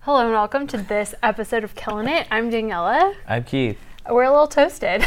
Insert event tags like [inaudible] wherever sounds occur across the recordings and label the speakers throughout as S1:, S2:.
S1: Hello and welcome to this episode of Killing It. I'm Daniela.
S2: I'm Keith.
S1: We're a little toasted.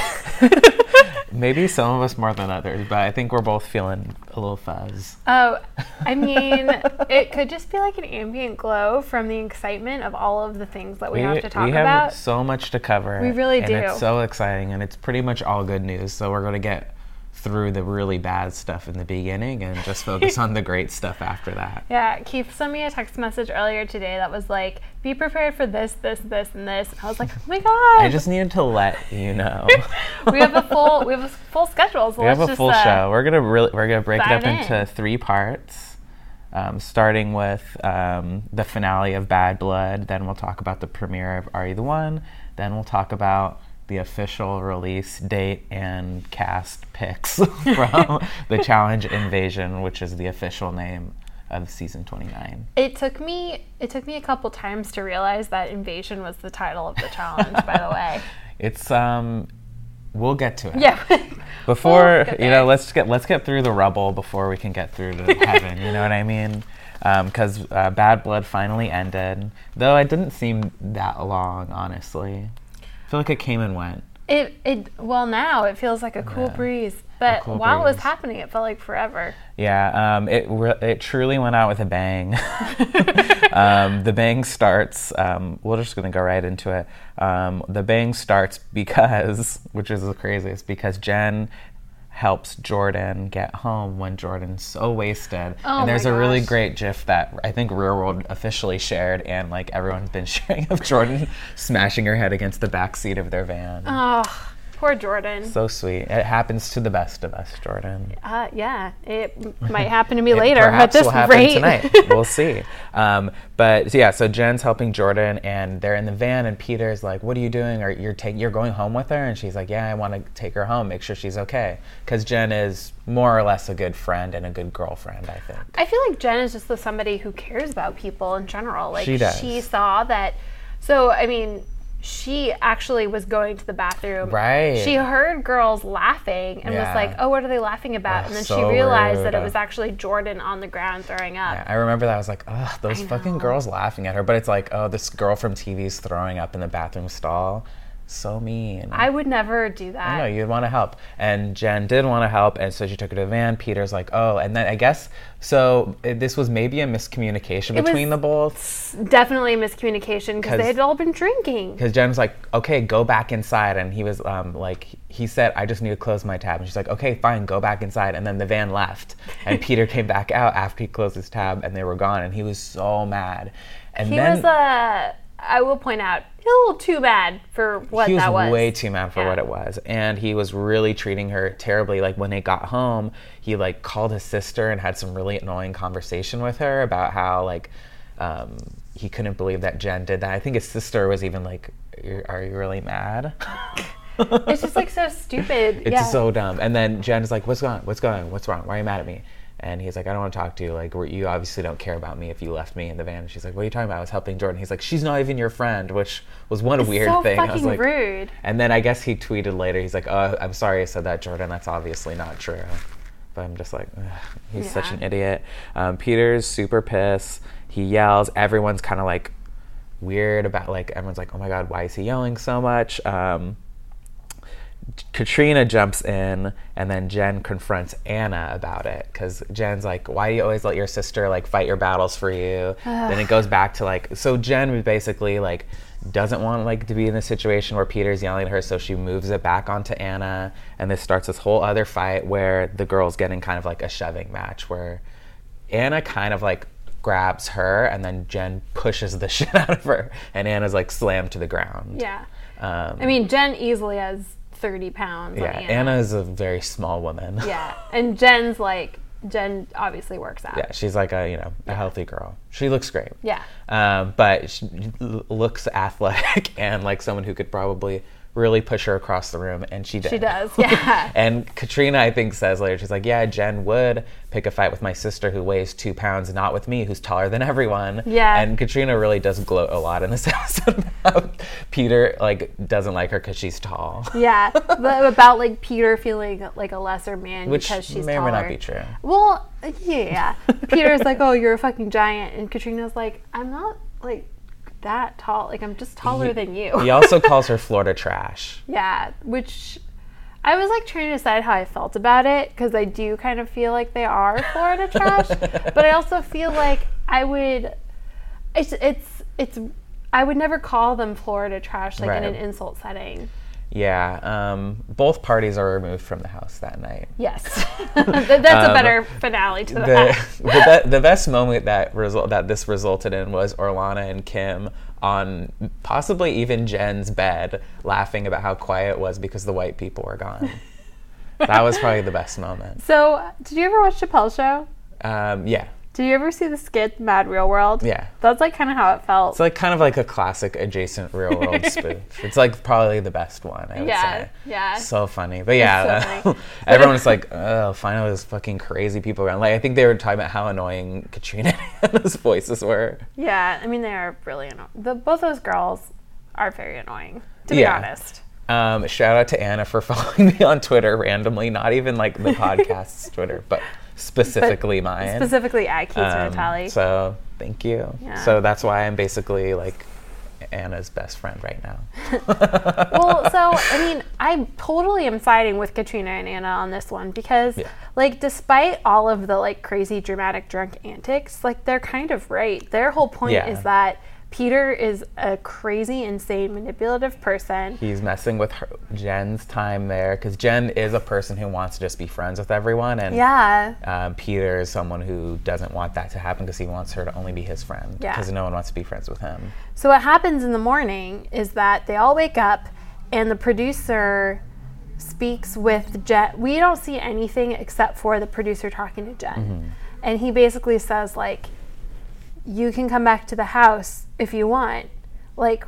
S2: [laughs] Maybe some of us more than others, but I think we're both feeling a little fuzz.
S1: Oh, I mean, it could just be like an ambient glow from the excitement of all of the things that we, have to talk
S2: we have
S1: about.
S2: so much to cover.
S1: We really
S2: and
S1: do.
S2: It's so exciting, and it's pretty much all good news. So we're going to get through the really bad stuff in the beginning and
S1: [laughs]
S2: just focus on the great stuff after that.
S1: Yeah, Keith sent me a text message earlier today that was like, "Be prepared for this, this, this, and this." And I was like, "Oh my god!"
S2: I just needed to let you know.
S1: [laughs] we have a full we have a s- full schedule. So
S2: we have
S1: let's
S2: a
S1: just,
S2: full
S1: uh,
S2: show. We're gonna really we're gonna break it
S1: dive
S2: up into
S1: in.
S2: three parts, um, starting with um, the finale of Bad Blood. Then we'll talk about the premiere of Are You the One. Then we'll talk about the official release date and cast picks [laughs]
S1: [laughs]
S2: from the Challenge Invasion, which is the official name of season twenty nine.
S1: It took me it took me a couple times to realize that invasion was the title of the challenge. by
S2: [laughs]
S1: the way,
S2: It's um, we'll get to it.
S1: [laughs] yeah.
S2: before
S1: get
S2: you
S1: there.
S2: know let's get let's get through the rubble before we can get through to heaven you know what i mean because uh, bad blood finally ended though it didn't seem that long honestly i feel like it came and went
S1: It it well now it feels like a cool
S2: Yeah.
S1: breeze, but
S2: cool
S1: while it was
S2: breeze.
S1: happening, it felt like forever.
S2: yeah um, it, re- it truly went out with a bang [laughs] um, the bang starts. Um, we're just going to go right into it. Um, the bang starts because, which is the craziest, because Jen helps Jordan get home when Jordan's so wasted.
S1: Oh
S2: and there's
S1: my
S2: a really
S1: gosh.
S2: great GIF that I think Real World officially shared, and like everyone's been [laughs] sharing of Jordan smashing her head against the back seat of their van.
S1: Oh, poor Jordan.
S2: So sweet. It happens to the best of us, Jordan.
S1: Uh, yeah, it
S2: [laughs]
S1: m- might happen to me
S2: It
S1: later.
S2: Perhaps
S1: At this
S2: will happen
S1: rate,
S2: tonight. We'll see. Um, but yeah, so Jen's helping Jordan, and they're in the van, and Peter's like, "What are you doing? Or you're taking? You're going home with her?" And she's like, "Yeah, I want to take her home, make sure she's okay." Because Jen is more or less a good friend and a good girlfriend, I think.
S1: [laughs] I feel like Jen is just the somebody who cares about people in general. Like
S2: She does.
S1: saw that. So I mean, she actually was going to the bathroom.
S2: Right.
S1: She heard girls laughing and
S2: Yeah.
S1: was like, "Oh, what are they laughing about?"
S2: Ugh,
S1: and then
S2: so
S1: she realized that it
S2: rude.
S1: was actually Jordan on the ground throwing up.
S2: I remember that. I was like, "Ugh, those fucking girls laughing at her." But it's like, "Oh, this girl from TV's throwing up in the bathroom stall." So mean.
S1: I would never do that.
S2: No, you'd want to help. And Jen did want to help, and so she took her to the van. Peter's like, oh, and then I guess so. uh, This was maybe a miscommunication
S1: was-
S2: between the both,
S1: Definitely miscommunication because
S2: 'Cause-
S1: they had all been drinking.
S2: because Jen was like, okay, go back inside, and he was um, like, he said, I just need to close my tab, and she's like, okay, fine, go back inside, and then the van left,
S1: [laughs]
S2: and Peter came back out after he closed his tab, and they were gone, and he was so mad, and
S1: He
S2: then
S1: was Uh, I will point out, a little too bad for what
S2: he was,
S1: that was.
S2: way too mad for what
S1: Yeah.
S2: it was and he was really treating her terribly like when they got home he like called his sister and had some really annoying conversation with her about how like um, he couldn't believe that jen did that i think his sister was even like "You're- are you really mad
S1: [laughs]
S2: [laughs]
S1: it's just like so stupid.
S2: it's
S1: yeah.
S2: so dumb and then jen's like what's going what's going what's wrong why are you mad at me and he's like, I don't want to talk to you. Like, we're- you obviously don't care about me if you left me in the van. And she's like, What are you talking about? I was helping Jordan. He's like, She's not even your friend, which was one weird
S1: so
S2: thing. I was
S1: fucking
S2: like,
S1: rude.
S2: And then I guess he tweeted later. He's like, "Oh, I'm sorry I said that, Jordan. That's obviously not true." But I'm just like, ugh, he's such
S1: Yeah.
S2: an idiot. Um, Peter's super pissed. He yells. Everyone's kind of like weird about like everyone's like, "Oh my god, why is he yelling so much?" Um, Katrina jumps in, and then Jen confronts Anna about it because Jen's like, "Why do you always let your sister like fight your battles for you?" then it goes back to like, so Jen was basically like doesn't want like to be in the situation where Peter's yelling at her, so she moves it back onto Anna, and this starts this whole other fight where the girls getting kind of like a shoving match where Anna kind of like grabs her, and then Jen pushes the [laughs] shit out of her, and Anna's like slammed to the ground.
S1: Yeah.
S2: Um,
S1: I mean, Jen easily has 30 pounds. on
S2: yeah,
S1: Anna.
S2: Anna is a very small woman.
S1: Yeah. And Jen's like, Jen obviously works out.
S2: Yeah, she's like a you know a healthy girl. She looks great.
S1: Yeah.
S2: Um, but she l- looks athletic [laughs] and like someone who could probably really push her across the room, and she did.
S1: She
S2: [laughs]
S1: does. Yeah.
S2: And Katrina, I think, says later, she's like, "Yeah, Jen would pick a fight with my sister who weighs two pounds, not with me, who's taller than everyone."
S1: Yeah.
S2: And Katrina really does gloat a lot in this [laughs] episode about Peter like doesn't like her because she's tall,
S1: yeah. But about like Peter feeling like a lesser man
S2: [laughs] which
S1: because she's
S2: may
S1: taller.
S2: or may not be true.
S1: Well, yeah. Peter's like, oh, you're a fucking giant. And Katrina's like, I'm not like that tall. Like I'm just taller
S2: He-
S1: than you.
S2: he also calls her Florida trash.
S1: [laughs] Yeah, which I was like trying to decide how I felt about it because I do kind of feel like they are Florida trash, but I also feel like I would. It's it's it's. I would never call them Florida trash like
S2: Right.
S1: in an insult setting.
S2: Yeah, um, both parties are removed from the house that night.
S1: [laughs] Yes, That- that's a
S2: Um,
S1: better finale to
S2: [laughs] The,
S1: that.
S2: the, be- the best moment that result that this resulted in was Orlana and Kim on possibly even Jen's bed, laughing about how quiet it was because the white people
S1: [laughs]
S2: were gone. that was probably the best moment.
S1: So, did you ever watch Chappelle Show?
S2: Um, yeah,
S1: Did you ever see the skit Mad Real World?
S2: yeah.
S1: that's like kind of how it felt.
S2: It's like kind of like a classic adjacent
S1: [laughs]
S2: real world spoof. It's like probably the best one. I would
S1: yeah,
S2: say.
S1: yeah.
S2: So funny. But yeah,
S1: so
S2: that- [laughs]
S1: funny.
S2: everyone's like, oh, finally those fucking crazy people around. Like, I think they were talking about how annoying Katrina [laughs] and Anna's voices were.
S1: Yeah, I mean they are really annoying. The, both those girls are very annoying, to be
S2: Yeah.
S1: honest.
S2: Um, shout out to Anna for [laughs] following me on Twitter randomly, not even like the
S1: [laughs]
S2: podcast's Twitter, but specifically mine.
S1: Specifically at Keith
S2: Um,
S1: Natali.
S2: So [laughs] thank you.
S1: Yeah.
S2: So that's why I'm basically like Anna's best friend right now.
S1: well, so I mean, I totally am siding with Katrina and Anna on this one because,
S2: Yeah.
S1: like, despite all of the like crazy dramatic drunk antics, like they're kind of right. Their whole point
S2: Yeah.
S1: is that Peter is a crazy, insane, manipulative person.
S2: He's messing with her, Jen's time there because Jen is a person who wants to just be friends with everyone, and
S1: yeah,
S2: um, Peter is someone who doesn't want that to happen because he wants her to only be his friend
S1: Yeah.
S2: because no one wants to be friends with him.
S1: So what happens in the morning is that they all wake up, and the producer speaks with Jen. We don't see anything except for the producer talking to Jen,
S2: Mm-hmm.
S1: and he basically says like, "You can come back to the house if you want." Like,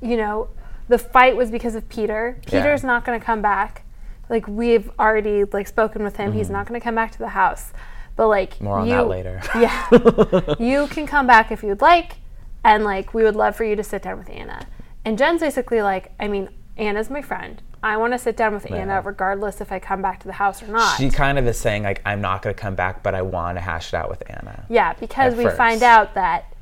S1: you know, the fight was because of Peter.
S2: Yeah.
S1: Peter's not going to come back. Like we've already like spoken with him. He's not going to come back to the house. But like
S2: Mm-hmm. More on
S1: you,
S2: that later. [laughs]
S1: yeah. you can come back if you'd like, and like we would love for you to sit down with Anna. And Jen's basically like, I mean, Anna's my friend. I want to sit down with Anna regardless if I come back to the house or not.
S2: She kind of is saying like, I'm not going to come back, but I want to hash it out with Anna.
S1: yeah, because
S2: At
S1: we
S2: first.
S1: find out that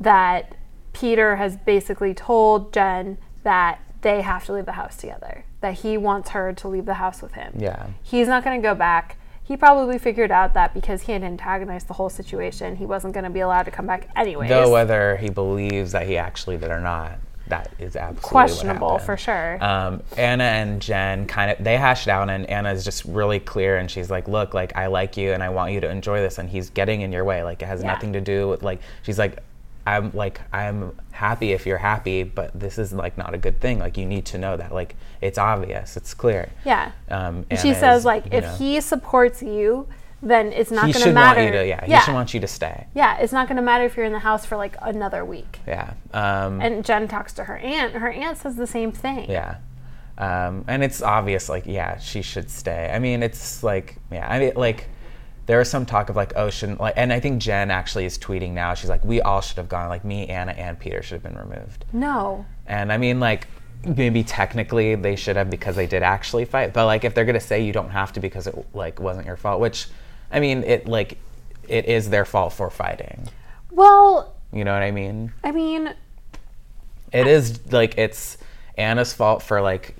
S1: that Peter has basically told Jen that they have to leave the house together. That he wants her to leave the house with him.
S2: Yeah.
S1: He's not going to go back. He probably figured out that because he had antagonized the whole situation, he wasn't going to be allowed to come back anyways.
S2: Though whether he believes that he actually did or not, that is absolutely what
S1: questionable
S2: happened.
S1: for sure.
S2: um, Anna and Jen kind of they hash it out, and Anna is just really clear, and she's like, "Look, like I like you, and I want you to enjoy this, and he's getting in your way. Like it has
S1: Yeah.
S2: nothing to do with like." She's like, "I'm like I'm happy if you're happy, but this is like not a good thing. Like you need to know that. Like it's obvious, it's clear."
S1: yeah.
S2: Um,
S1: she
S2: Anna
S1: says
S2: is,
S1: like
S2: you
S1: if
S2: know,
S1: he supports you, then it's not
S2: he
S1: going to
S2: should
S1: matter.
S2: want you to yeah,
S1: yeah.
S2: he should want you to stay
S1: Yeah, it's not going to matter if you're in the house for like another week.
S2: yeah um,
S1: And Jen talks to her aunt. Her aunt says the same thing.
S2: Yeah. Um, and it's obvious, like, yeah, she should stay. I mean, it's like, yeah, I mean, like, there was some talk of like, oh, shouldn't like, and I think Jen actually is tweeting now. She's like, we all should have gone. Like, me, Anna, and Peter should have been removed.
S1: No.
S2: And I mean, like, maybe technically they should have because they did actually fight. But like, if they're gonna say you don't have to because it like wasn't your fault, which, I mean, it like, it is their fault for fighting.
S1: Well,
S2: You know what I mean?
S1: I mean,
S2: it is like it's Anna's fault for like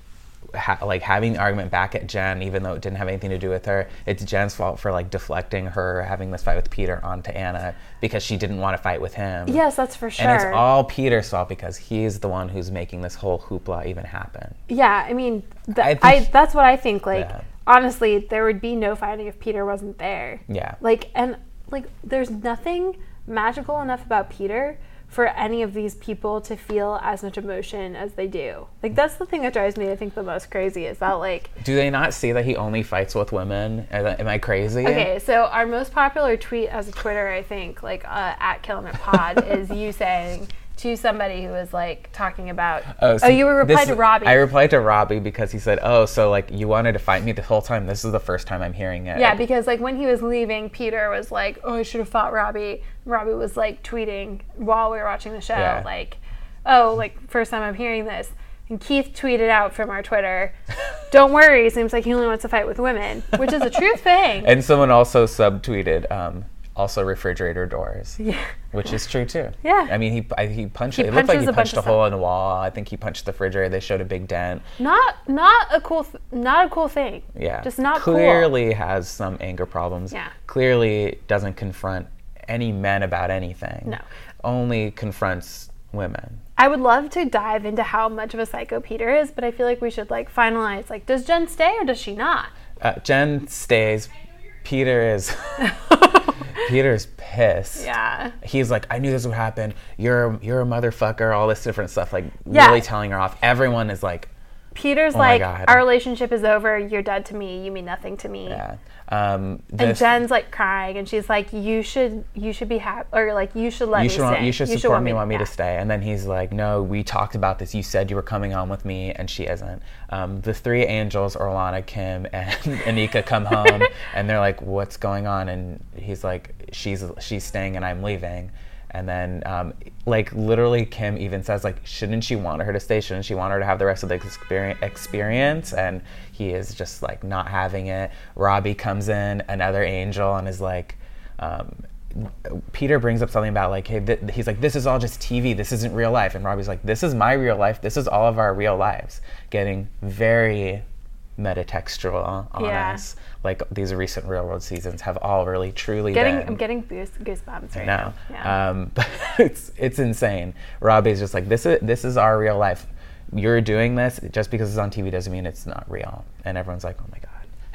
S2: ha- like having the argument back at Jen, even though it didn't have anything to do with her. It's Jen's fault for like deflecting her having this fight with Peter onto Anna because she didn't want to fight with him.
S1: yes, that's for sure.
S2: And it's all Peter's fault because he's the one who's making this whole hoopla even happen.
S1: yeah, I mean, th- I,
S2: I think-
S1: that's what I think. Like,
S2: Yeah.
S1: honestly, there would be no fighting if Peter wasn't there.
S2: Yeah.
S1: Like, and like, there's nothing magical enough about Peter for any of these people to feel as much emotion as they do. Like, that's the thing that drives me, I think, the most crazy is that, like,
S2: Do they not see that he only fights with women? Am I- am I crazy? Oh,
S1: okay, so our most popular tweet as a Twitter, I think, like, uh, at Killamit Pod
S2: [laughs]
S1: is you saying to somebody who was, like, talking about, oh,
S2: so
S1: you were
S2: this
S1: replied to
S2: is-
S1: Robbie.
S2: I replied to Robbie because he said, "Oh, so like you wanted to fight me the whole time. This is the first time I'm hearing it."
S1: Yeah, because like when he was leaving, Peter was like, "Oh, I should have fought Robbie." Robbie was like tweeting while we were watching the show,
S2: Yeah.
S1: like, "Oh, like first time I'm hearing this." And Keith tweeted out from our
S2: [laughs]
S1: Twitter, "Don't
S2: [laughs]
S1: worry, seems like he only wants to fight with women," which is a true thing.
S2: And someone also subtweeted, um, also refrigerator doors.
S1: Yeah.
S2: Which is true too.
S1: Yeah.
S2: I mean, he I, he punched.
S1: He
S2: it looked like
S1: punches a
S2: he
S1: bunch
S2: punched a
S1: of
S2: hole in the wall. I think he punched the refrigerator. They showed a big dent.
S1: Not not a cool th- not a cool thing.
S2: Yeah.
S1: Just not cool.
S2: clearly has some anger problems.
S1: Yeah.
S2: Clearly doesn't confront any men about anything.
S1: No.
S2: Only confronts women.
S1: I would love to dive into how much of a psycho Peter is, but I feel like we should like finalize like does Jen stay or does she
S2: [laughs]
S1: not?
S2: Uh, Jen stays. Peter is Peter's pissed.
S1: yeah.
S2: He's like, I knew this would happen. You're you're a motherfucker. All this different stuff. Like
S1: Yeah.
S2: really telling her off. Everyone is like,
S1: Peter's
S2: Oh my
S1: like
S2: God.
S1: our relationship is over. You're dead to me. You mean nothing to me.
S2: yeah. Um,
S1: And
S2: this-
S1: Jen's like crying, and she's like, "You should, you should be happy, or like you should let
S2: you
S1: me
S2: should want,
S1: stay.
S2: you should support me,
S1: to-
S2: want me
S1: yeah.
S2: to stay. And then he's like, no, we talked about this. You said you were coming home with me, and she isn't. Um, the three angels, Orlana, Kim, [laughs] and Anika, [laughs] come home, and they're like, what's going on? And he's like, she's she's staying, and I'm leaving. And then, um, like literally, Kim even says, like, shouldn't she want her to stay? Shouldn't she want her to have the rest of the experience? Experience? And he is just like not having it. Robbie comes in, another angel, and is like. Um, Peter brings up something about like, hey, th- he's like, this is all just TV. This isn't real life. And Robbie's like, this is my real life. This is all of our real lives. Getting very metatextual on
S1: Yeah.
S2: us. Like these recent Railroad seasons have all really truly
S1: Getting,
S2: been.
S1: I'm getting goose, goosebumps right
S2: no,
S1: now. Yeah.
S2: um, [laughs] but it's it's insane. Robbie's just like, this is this is our real life. You're doing this just because it's on TV doesn't mean it's not real. And everyone's like, oh my god.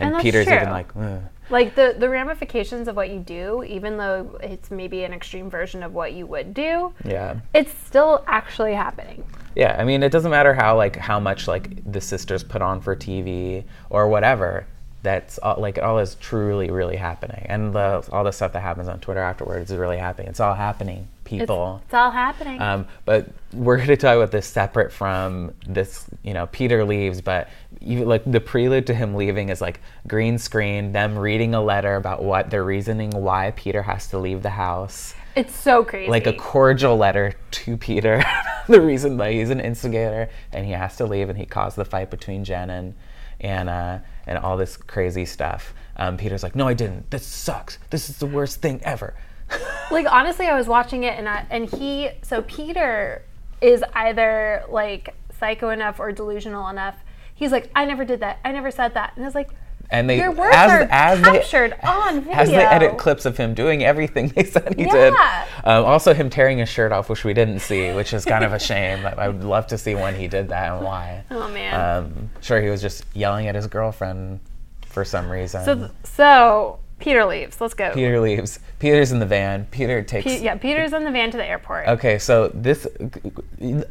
S1: And that's
S2: Peter's even
S1: true.
S2: like, Ugh.
S1: like the the ramifications of what you do, even though it's maybe an extreme version of what you would do,
S2: yeah.
S1: it's still actually happening.
S2: Yeah, I mean, it doesn't matter how like how much like the sisters put on for TV or whatever. That's all, like it all is truly really happening, and the, all the stuff that happens on Twitter afterwards is really happening. It's all happening,
S1: It's,
S2: people.
S1: it's all happening.
S2: Um, but we're going to talk about this separate from this. You know, Peter leaves, but even, like the prelude to him leaving is like green screen, them reading a letter about what their reasoning why Peter has to leave the house
S1: it's so crazy.
S2: like a cordial letter to Peter, [laughs] the reason that he's an instigator and he has to leave and he caused the fight between Jen and Anna and all this crazy stuff. Um, Peter's like, no, I didn't. This sucks. This is the worst thing
S1: [laughs]
S2: ever.
S1: like honestly i was watching it and I, and he so peter is either like psycho enough or delusional enough he's like i never did that i never said that and i was like
S2: And they
S1: your words
S2: as,
S1: are
S2: as they- [laughs]
S1: captured on video
S2: as they edit clips of him doing everything they said he did.
S1: Yeah.
S2: Um, also, him tearing his shirt off, which we didn't see, which is kind of a shame. I I would love to see when he did that and why.
S1: oh man
S2: Um, sure, he was just yelling at his girlfriend for some reason.
S1: so so peter leaves let's go
S2: Peter leaves. Peter's in the van. Peter takes.
S1: Pe- yeah peter's in the van to the airport
S2: Okay, so this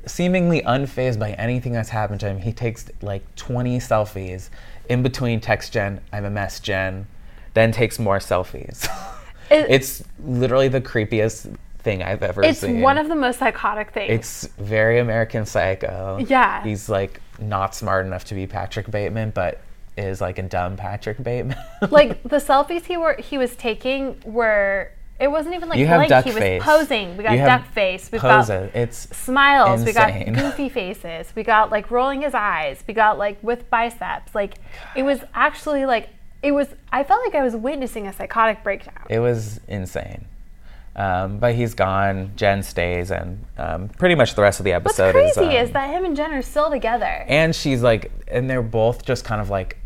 S2: seemingly unfazed by anything that's happened to him, he takes like 20 selfies in between text Jen, I'm a mess Jen, then takes more selfies. [laughs]
S1: It-
S2: it's literally the creepiest thing I've ever
S1: it's
S2: seen.
S1: one of the most psychotic things
S2: It's very American Psycho.
S1: Yeah.
S2: He's like not smart enough to be Patrick Bateman, but is like a dumb Patrick Bateman. [laughs]
S1: like the selfies he were he was taking were it wasn't even like
S2: You have
S1: like
S2: duck
S1: he was
S2: face.
S1: posing we got
S2: You have
S1: duck face we've got
S2: Poses. It's
S1: smiles.
S2: Insane.
S1: We got goofy faces. We got like rolling his eyes. We got like with biceps. Like it was actually like it was. I felt like I was witnessing a psychotic breakdown.
S2: It was insane. Um, but he's gone. Jen stays, and um, pretty much the rest of the
S1: What's
S2: episode
S1: crazy
S2: is. um,
S1: is that him and Jen are still together.
S2: and she's like, and they're both just kind of like,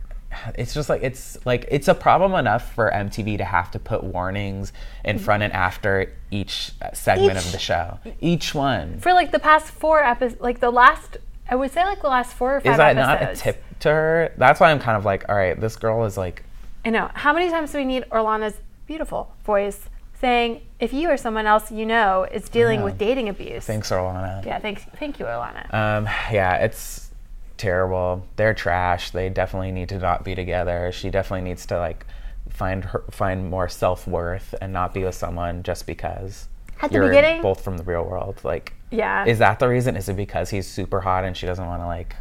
S2: it's just like it's like it's a problem enough for MTV to have to put warnings in front and after each uh, segment of
S1: Mm-hmm. Each-
S2: the show. Each one
S1: For like the past four episodes, like the last, I would say like the last four or five
S2: is that
S1: episodes.
S2: not a tip to her? That's why I'm kind of like, all right, this girl is like,
S1: I know. How many times do we need Orlana's beautiful voice saying, "If you or someone else you know is dealing with dating abuse."
S2: thanks, Orlana.
S1: yeah, thanks. Thank you, Orlana.
S2: Um, yeah, it's terrible. They're trash. They definitely need to not be together. She definitely needs to like find her, find more self worth and not be with someone just because.
S1: At the
S2: you're
S1: beginning-
S2: both from the real world. Like,
S1: yeah.
S2: is that the reason? Is it because he's super hot and she doesn't want to like,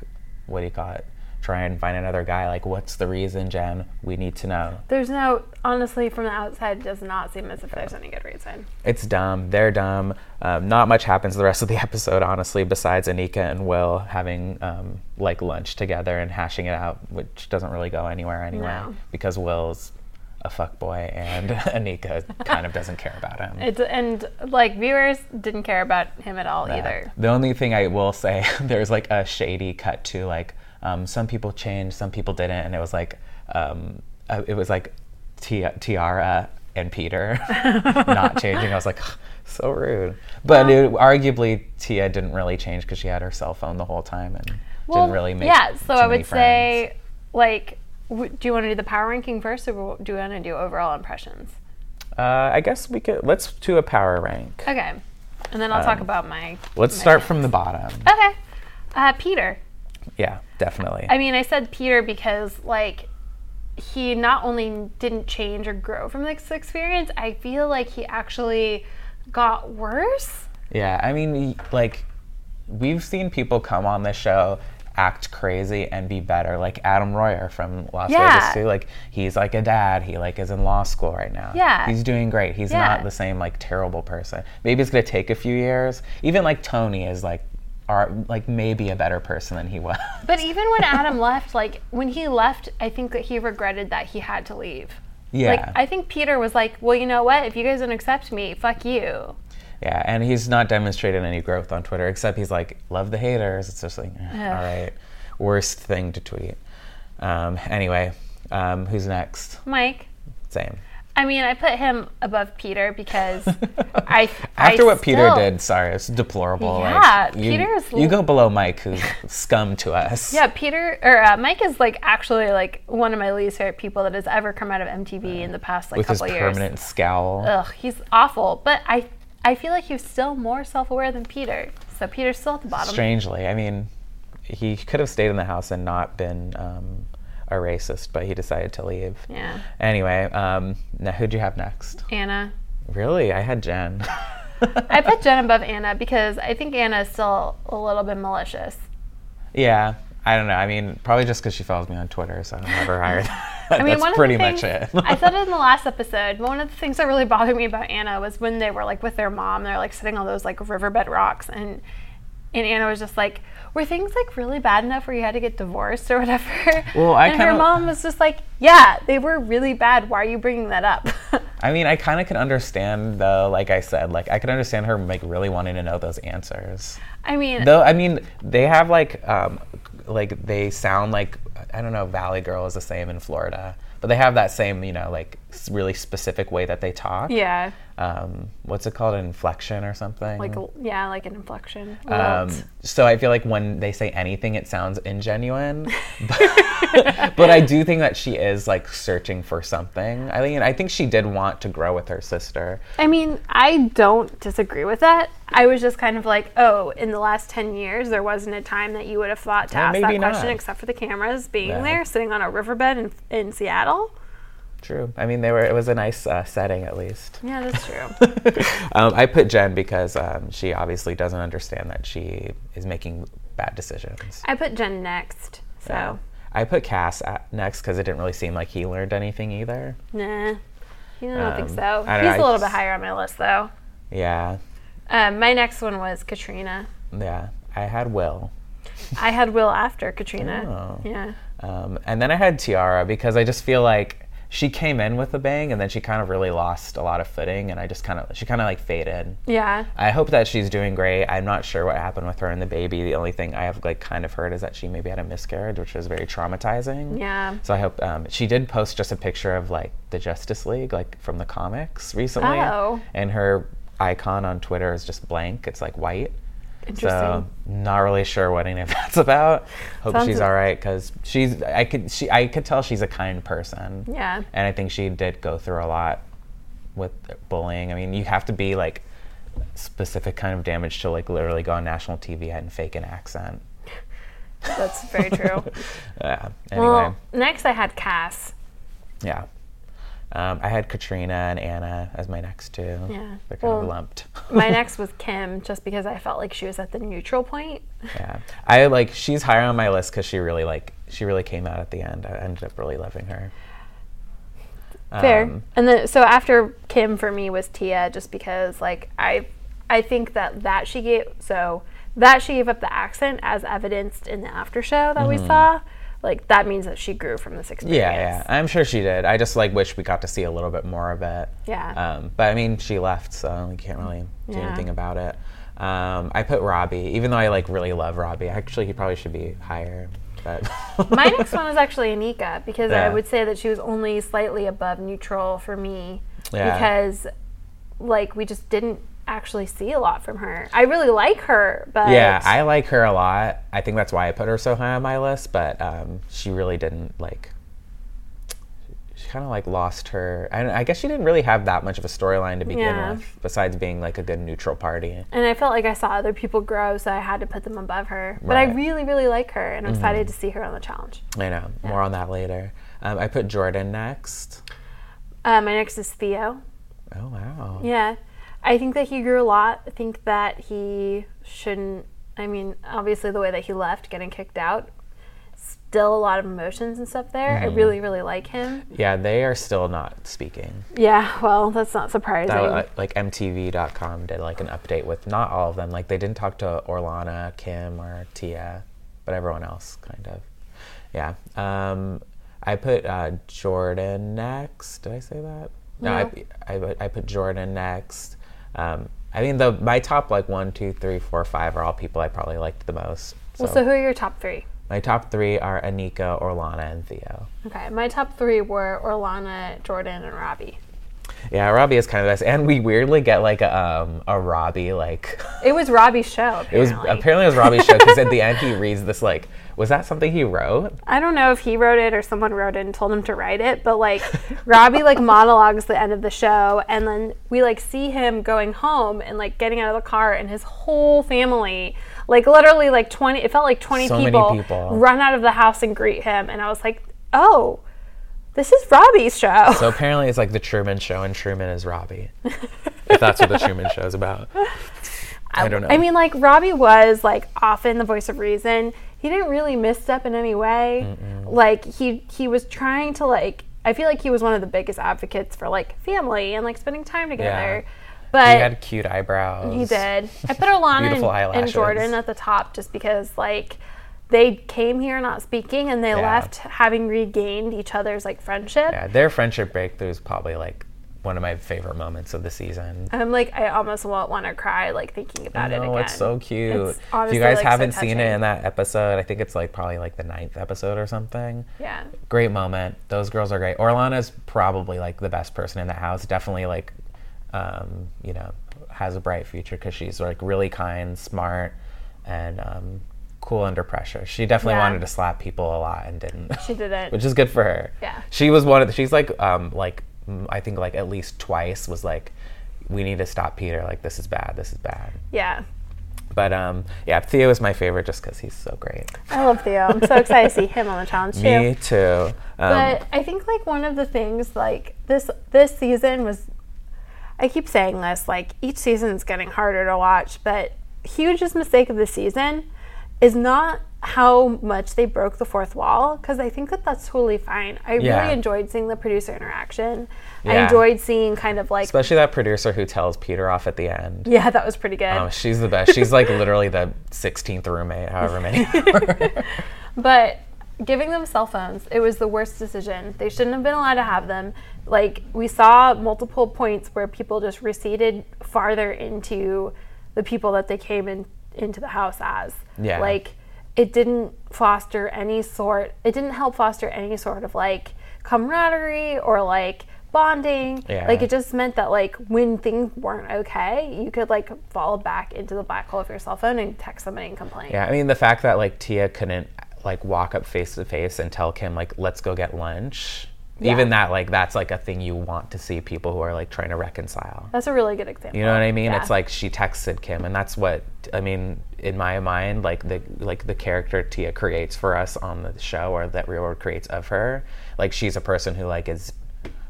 S2: what do you call it? Try and find another guy. Like, what's the reason, Jen? We need to know.
S1: There's no, honestly, from the outside, it does not seem as if there's any good reason.
S2: It's dumb. They're dumb. Um, not much happens the rest of the [laughs] episode, honestly, besides Anika and Will having um, like lunch together and hashing it out, which doesn't really go anywhere anyway
S1: No.
S2: because Will's a fuckboy, and [laughs] Anika kind of doesn't care about him.
S1: It's and like viewers didn't care about him at all either.
S2: The only thing I will say, [laughs] there's like a shady cut to like um, some people changed, some people didn't, and it was like um, uh, it was like Ti- Tiara and Peter [laughs]
S1: [laughs]
S2: not changing. I was like, so rude. But it, arguably, Tia didn't really change because she had her cell phone the whole time and didn't really make.
S1: yeah. So
S2: too
S1: I
S2: many
S1: would
S2: friends.
S1: say like. W- do you want to do the power ranking first, or do you want to do overall impressions?
S2: Uh, I guess we could let's do a power rank.
S1: Okay, and then I'll
S2: Um,
S1: talk about my.
S2: Let's start from the bottom.
S1: Okay, uh, Peter.
S2: Yeah, definitely.
S1: I mean, I said Peter because like he not only didn't change or grow from this experience, I feel like he actually got worse.
S2: Yeah, I mean, like, we've seen people come on this show, act crazy, and be better. Like Adam Royer from Las
S1: Yeah.
S2: Vegas too. Like, he's like a dad. He like is in law school right now.
S1: Yeah.
S2: he's doing great. He's
S1: Yeah.
S2: not the same like terrible person. Maybe it's gonna take a few years. Even like Tony is like, are like maybe a better person than he was.
S1: But even when Adam [laughs] left, like when he left, I think that he regretted that he had to leave.
S2: [laughs] yeah.
S1: Like I think Peter was like, "Well, you know what? If you guys don't accept me, fuck you."
S2: Yeah, and he's not demonstrated any growth on Twitter, except he's like, love the haters. It's just like, eh, all right, worst thing to tweet. Um, anyway, um, who's next?
S1: Mike.
S2: Same.
S1: I mean, I put him above Peter
S2: [laughs]
S1: because I
S2: After
S1: I
S2: what Peter
S1: still-
S2: did, sorry, it's deplorable. like,
S1: Yeah,
S2: you,
S1: Peter's l-
S2: You go below
S1: [laughs]
S2: Mike, who's scum to us.
S1: Yeah, Peter or uh, Mike is like actually like one of my least favorite people that has ever come out of MTV in the past like
S2: With his
S1: couple years.
S2: permanent scowl.
S1: Ugh, he's awful. But I I feel like he's still more self-aware than Peter. So Peter's still at the bottom.
S2: Strangely, I mean, he could have stayed in the house and not been um, a racist, but he decided to leave.
S1: Yeah,
S2: Anyway, um, now who'd you have next?
S1: Anna.
S2: Really? I had Jen. [laughs]
S1: I put Jen above Anna because I think Anna is still a little bit malicious.
S2: Yeah, I don't know. I mean, probably just because she follows me on Twitter, so I don't ever hire that.
S1: [laughs] I mean,
S2: That's
S1: one of
S2: pretty
S1: the things,
S2: much it.
S1: I said it in the last episode. but One of the things that really bothered me about Anna was when they were like with their mom. They're like sitting on those like riverbed rocks, and and Anna was just like, "Were things like really bad enough where you had to get divorced or whatever?"
S2: Well, I
S1: and her
S2: kinda-
S1: mom was just like, "Yeah, they were really bad. Why are you bringing that up?"
S2: [laughs]
S1: [laughs]
S2: I mean, I kind of can understand though. Like I said, like I can understand her like really wanting to know those answers.
S1: I mean,
S2: Though I mean, they have like, um, like they sound like I don't know. Valley Girl is the same in Florida, but they have that same you know like s- really specific way that they talk.
S1: yeah,
S2: Um, what's it called? An inflection or something.
S1: like yeah, like an inflection.
S2: Um,
S1: Lilt.
S2: so I feel like when they say anything, it sounds ingenuine. But, but I do think that she is like searching for something. I mean, I think she did want to grow with her sister.
S1: I mean, I don't disagree with that. I was just kind of like, oh, in the last 10 years, there wasn't a time that you would have thought to
S2: Well,
S1: ask that
S2: maybe
S1: question
S2: not.
S1: except for the cameras being
S2: No.
S1: there, sitting on a riverbed in, in Seattle.
S2: True. I mean, they were. It was a nice uh, setting, at least.
S1: Yeah, that's true.
S2: Um, I put Jen because um, she obviously doesn't understand that she is making bad decisions.
S1: [laughs] I put Jen next, so
S2: I put Cass at next because it didn't really seem like he learned anything either.
S1: nah. You know, I don't think
S2: Um,
S1: so.
S2: I don't
S1: He's a
S2: know, I
S1: little bit
S2: just-
S1: higher on my list, though.
S2: Yeah,
S1: Um, my next one was Katrina.
S2: yeah. I had Will.
S1: I had Will after Katrina.
S2: Oh.
S1: Yeah.
S2: Um, and then I had Tiara because I just feel like she came in with a bang and then she kind of really lost a lot of footing and I just kind of she kind of like faded.
S1: Yeah.
S2: I hope that she's doing great. I'm not sure what happened with her and the baby. The only thing I have like kind of heard is that she maybe had a miscarriage, which was very traumatizing.
S1: Yeah.
S2: So I hope um, she did post just a picture of like the Justice League, like from the comics recently,
S1: Oh.
S2: and her icon on Twitter is just blank. It's like white.
S1: Interesting.
S2: So not really sure what any of [laughs] that's about. Hope
S1: Sounds-
S2: she's all right because she's. I could. She. I could tell she's a kind person.
S1: Yeah.
S2: And I think she did go through a lot with bullying. I mean, you have to be like specific kind of damage to like literally go on national TV and fake an accent.
S1: That's very true.
S2: [laughs] Yeah. Anyway.
S1: well, next I had Cass.
S2: yeah. Um, I had Katrina and Anna as my next two.
S1: Yeah.
S2: They're kind
S1: Well-
S2: of lumped. [laughs]
S1: My next was Kim, just because I felt like she was at the neutral point.
S2: Yeah, I like she's higher on my list because she really like she really came out at the end. I ended up really loving her.
S1: Fair.
S2: Um,
S1: and then so after Kim for me was Tia, just because like I, I think that that she gave so that she gave up the accent as evidenced in the after show that we saw. like that means that she grew from this experience.
S2: Mm-hmm. Yeah, yeah. I'm sure she did. I just like wish we got to see a little bit more of it.
S1: Yeah.
S2: Um, but I mean, she left, so we can't really do
S1: Yeah.
S2: anything about it. Um, I put Robbie, even though I like really love Robbie. Actually, he probably should be higher. But
S1: My next one was actually Anika because
S2: Yeah.
S1: I would say that she was only slightly above neutral for me
S2: Yeah.
S1: because like we just didn't actually see a lot from her. I really like her, but
S2: yeah, I like her a lot. I think that's why I put her so high on my list. But um, she really didn't like. She kind of like lost her. I, I guess she didn't really have that much of a storyline to begin
S1: Yeah.
S2: with, besides being like a good neutral party.
S1: and I felt like I saw other people grow, so I had to put them above her. But I
S2: Right. Mm-hmm.
S1: really, really like her, and I'm excited to see her on the challenge.
S2: I know. More on that later. Um, I put Jordan next.
S1: Uh, my next is Theo.
S2: Oh wow.
S1: Yeah, I think that he grew a lot. I think that he shouldn't. I mean, obviously, the way that he left, getting kicked out, still a lot of emotions and stuff there.
S2: Mm-hmm.
S1: I really, really like him.
S2: Yeah, they are still not speaking.
S1: Yeah, [laughs] well, that's not surprising.
S2: Uh, like MTV.com did like an update with not all of them. Like they didn't talk to Orlana, Kim, or Tia, but everyone else kind of. Yeah. Um, I put uh, Jordan next. Did I say that? No, I, I, put- I put Jordan next. Um, I mean, the my top like one, two, three, four, five are all people I probably liked the most. So,
S1: well, so who are your top three?
S2: my top three are Anika, Orlana, and Theo.
S1: Okay, my top three were Orlana, Jordan, and Robbie.
S2: Yeah, Robbie is kind of nice, and we weirdly get like a, um, a Robbie like [laughs]
S1: It was Robbie's show.
S2: it was
S1: Apparently.
S2: apparently it was Robbie's show because at the
S1: [laughs]
S2: end he reads this like was that something he wrote?
S1: I don't know if he wrote it or someone wrote it and told him to write it, but like Robbie
S2: [laughs]
S1: like monologues the end of the show and then we like see him going home and like getting out of the car and his whole family like literally like 20 it felt like 20
S2: So many
S1: people,
S2: people.
S1: run out of the house and greet him and I was like, "Oh, this is Robbie's show."
S2: So apparently it's like the Truman Show and Truman is Robbie. if that's what the Truman Show
S1: [laughs]
S2: is about, I don't know.
S1: I mean, like Robbie was like often the voice of reason. He didn't really misstep in any way. Like he he was trying to like I feel like he was one of the biggest advocates for like family and like spending time together. But
S2: he had cute eyebrows.
S1: he did. I
S2: [laughs]
S1: put Alana
S2: Beautiful
S1: and, and
S2: eyelashes.
S1: Jordan at the top just because like they came here not speaking and they left having regained each other's like friendship.
S2: Yeah, their friendship breakthrough is probably like one of my favorite moments of the season.
S1: I'm like I almost won't want to cry like thinking about it
S2: No,
S1: again.
S2: it's so cute.
S1: It's
S2: if you
S1: honestly,
S2: guys
S1: like, so
S2: haven't seen it
S1: touching.
S2: in that episode, I think it's like probably like the ninth episode or something.
S1: yeah.
S2: great moment. Those girls are great. Orlana's probably like the best person in the house. Definitely like, um, you know, has a bright future because she's like really kind, smart, and um, cool under pressure. She definitely
S1: Yeah.
S2: wanted to slap people a lot and didn't, [laughs]
S1: She didn't.
S2: which is good for her.
S1: Yeah.
S2: she was one of the, she's like um, like mm, I think like at least twice was like. We need to stop Peter. Like this is bad. This is bad.
S1: yeah.
S2: But um, yeah, Theo is my favorite just because he's so great.
S1: I love Theo. I'm so excited to see him on the challenge too.
S2: Me too. Um,
S1: But I think like one of the things like this this season was I keep saying this like each season is getting harder to watch, but hugest mistake of the season is not how much they broke the fourth wall because I think that that's totally fine. I
S2: Yeah.
S1: really enjoyed seeing the producer interaction. I
S2: Yeah.
S1: enjoyed seeing kind of like
S2: especially that producer who tells Peter off at the end.
S1: yeah, that was pretty good.
S2: Um, she's the best. She's like literally the 16th roommate, however many.
S1: But giving them cell phones, it was the worst decision. They shouldn't have been allowed to have them. Like we saw multiple points where people just receded farther into the people that they came in into the house as.
S2: Yeah.
S1: Like it didn't foster any sort it didn't help foster any sort of like camaraderie or like bonding.
S2: Yeah.
S1: Like it just meant that like when things weren't okay, you could like fall back into the black hole of your cell phone and text somebody and complain.
S2: yeah, I mean, the fact that like Tia couldn't like walk up face to face and tell Kim, like, let's go get lunch. Even that, like, that's like a thing you want to see people who are like trying to reconcile.
S1: That's a really good example.
S2: You know what I mean?
S1: Yeah.
S2: It's like she texted Kim, and that's what I mean in my mind. Like the like the character Tia creates for us on the show, or that Real World creates of her. Like she's a person who like is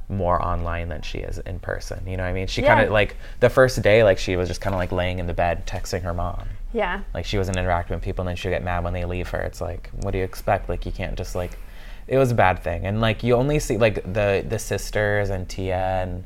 S2: more online than she is in person. You know what I mean? She kind
S1: Yeah.
S2: of like the first day, like she was just kind of like laying in the bed texting her mom.
S1: Yeah.
S2: Like she wasn't interacting with people, and then she'd get mad when they leave her. It's like, what do you expect? Like you can't just like. It was a bad thing, and like you only see like the the sisters and Tia, and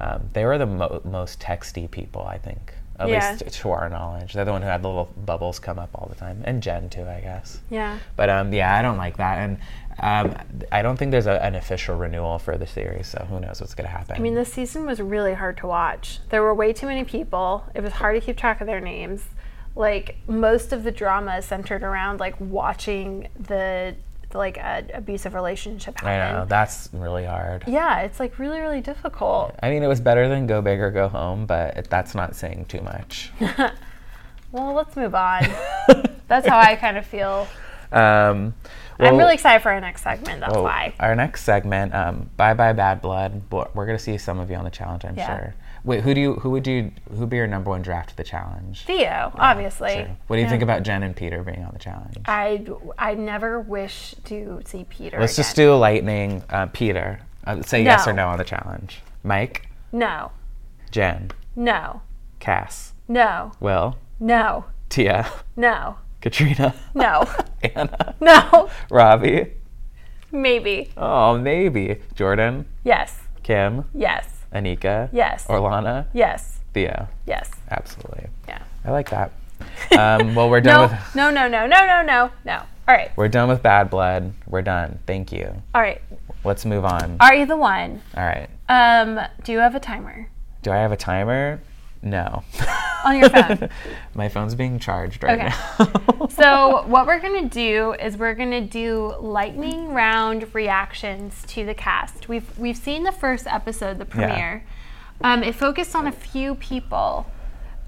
S2: um, they were the mo- most texty people I think at
S1: Yeah.
S2: least to our knowledge. They're the one who had the little bubbles come up all the time, and Jen too, I guess.
S1: Yeah.
S2: But um, yeah, I don't like that, and um, I don't think there's a, an official renewal for the series, so who knows what's gonna happen.
S1: I mean, this season was really hard to watch. There were way too many people. It was hard to keep track of their names. Like most of the drama is centered around like watching the like an abusive relationship
S2: I know
S1: happen.
S2: that's really hard.
S1: Yeah, it's like really really difficult.
S2: I mean, it was better than Go Big or Go Home, but it, that's not saying too much.
S1: Well, let's move on.
S2: [laughs]
S1: That's how I kind of feel.
S2: Um,
S1: I'm
S2: well-
S1: really excited for our next segment. That's
S2: Oh,
S1: why.
S2: Our next segment, um, bye bye bad blood. We're we're gonna see some of you on the challenge, I'm
S1: Yeah.
S2: sure. Wait, who do you? Who would you? Who would be your number one draft of the challenge?
S1: Theo, obviously.
S2: Sure. What do you
S1: Yeah.
S2: think about Jen and Peter being on the challenge?
S1: I I never wish to see Peter.
S2: Let's just
S1: again.
S2: do lightning. Uh, Peter, uh, say yes
S1: No.
S2: or no on the challenge. Mike,
S1: no,
S2: Jen,
S1: no,
S2: Cass,
S1: no,
S2: Will,
S1: no,
S2: Tia, [laughs]
S1: no,
S2: Katrina, [laughs]
S1: no,
S2: Anna,
S1: no.
S2: Robbie.
S1: Maybe
S2: Oh, maybe Jordan,
S1: yes,
S2: Kim,
S1: yes,
S2: Anika,
S1: yes,
S2: Orlana,
S1: yes,
S2: Theo.
S1: yes.
S2: Absolutely.
S1: Yeah.
S2: I like that. Um,
S1: [laughs]
S2: well, we're done
S1: No,
S2: with. [laughs]
S1: no, no, no, no, no, no, no. All right,
S2: We're done with bad blood. We're done. Thank you.
S1: all right.
S2: Let's move on.
S1: Are you the one?
S2: All right.
S1: Um, do you have a timer
S2: Do I have a timer? No.
S1: [laughs] on your phone?
S2: [laughs] My phone's being charged right
S1: Okay.
S2: now.
S1: [laughs] So what we're gonna do is we're gonna do lightning round reactions to the cast. We've we've seen the first episode, the premiere. Um, it focused on a few people,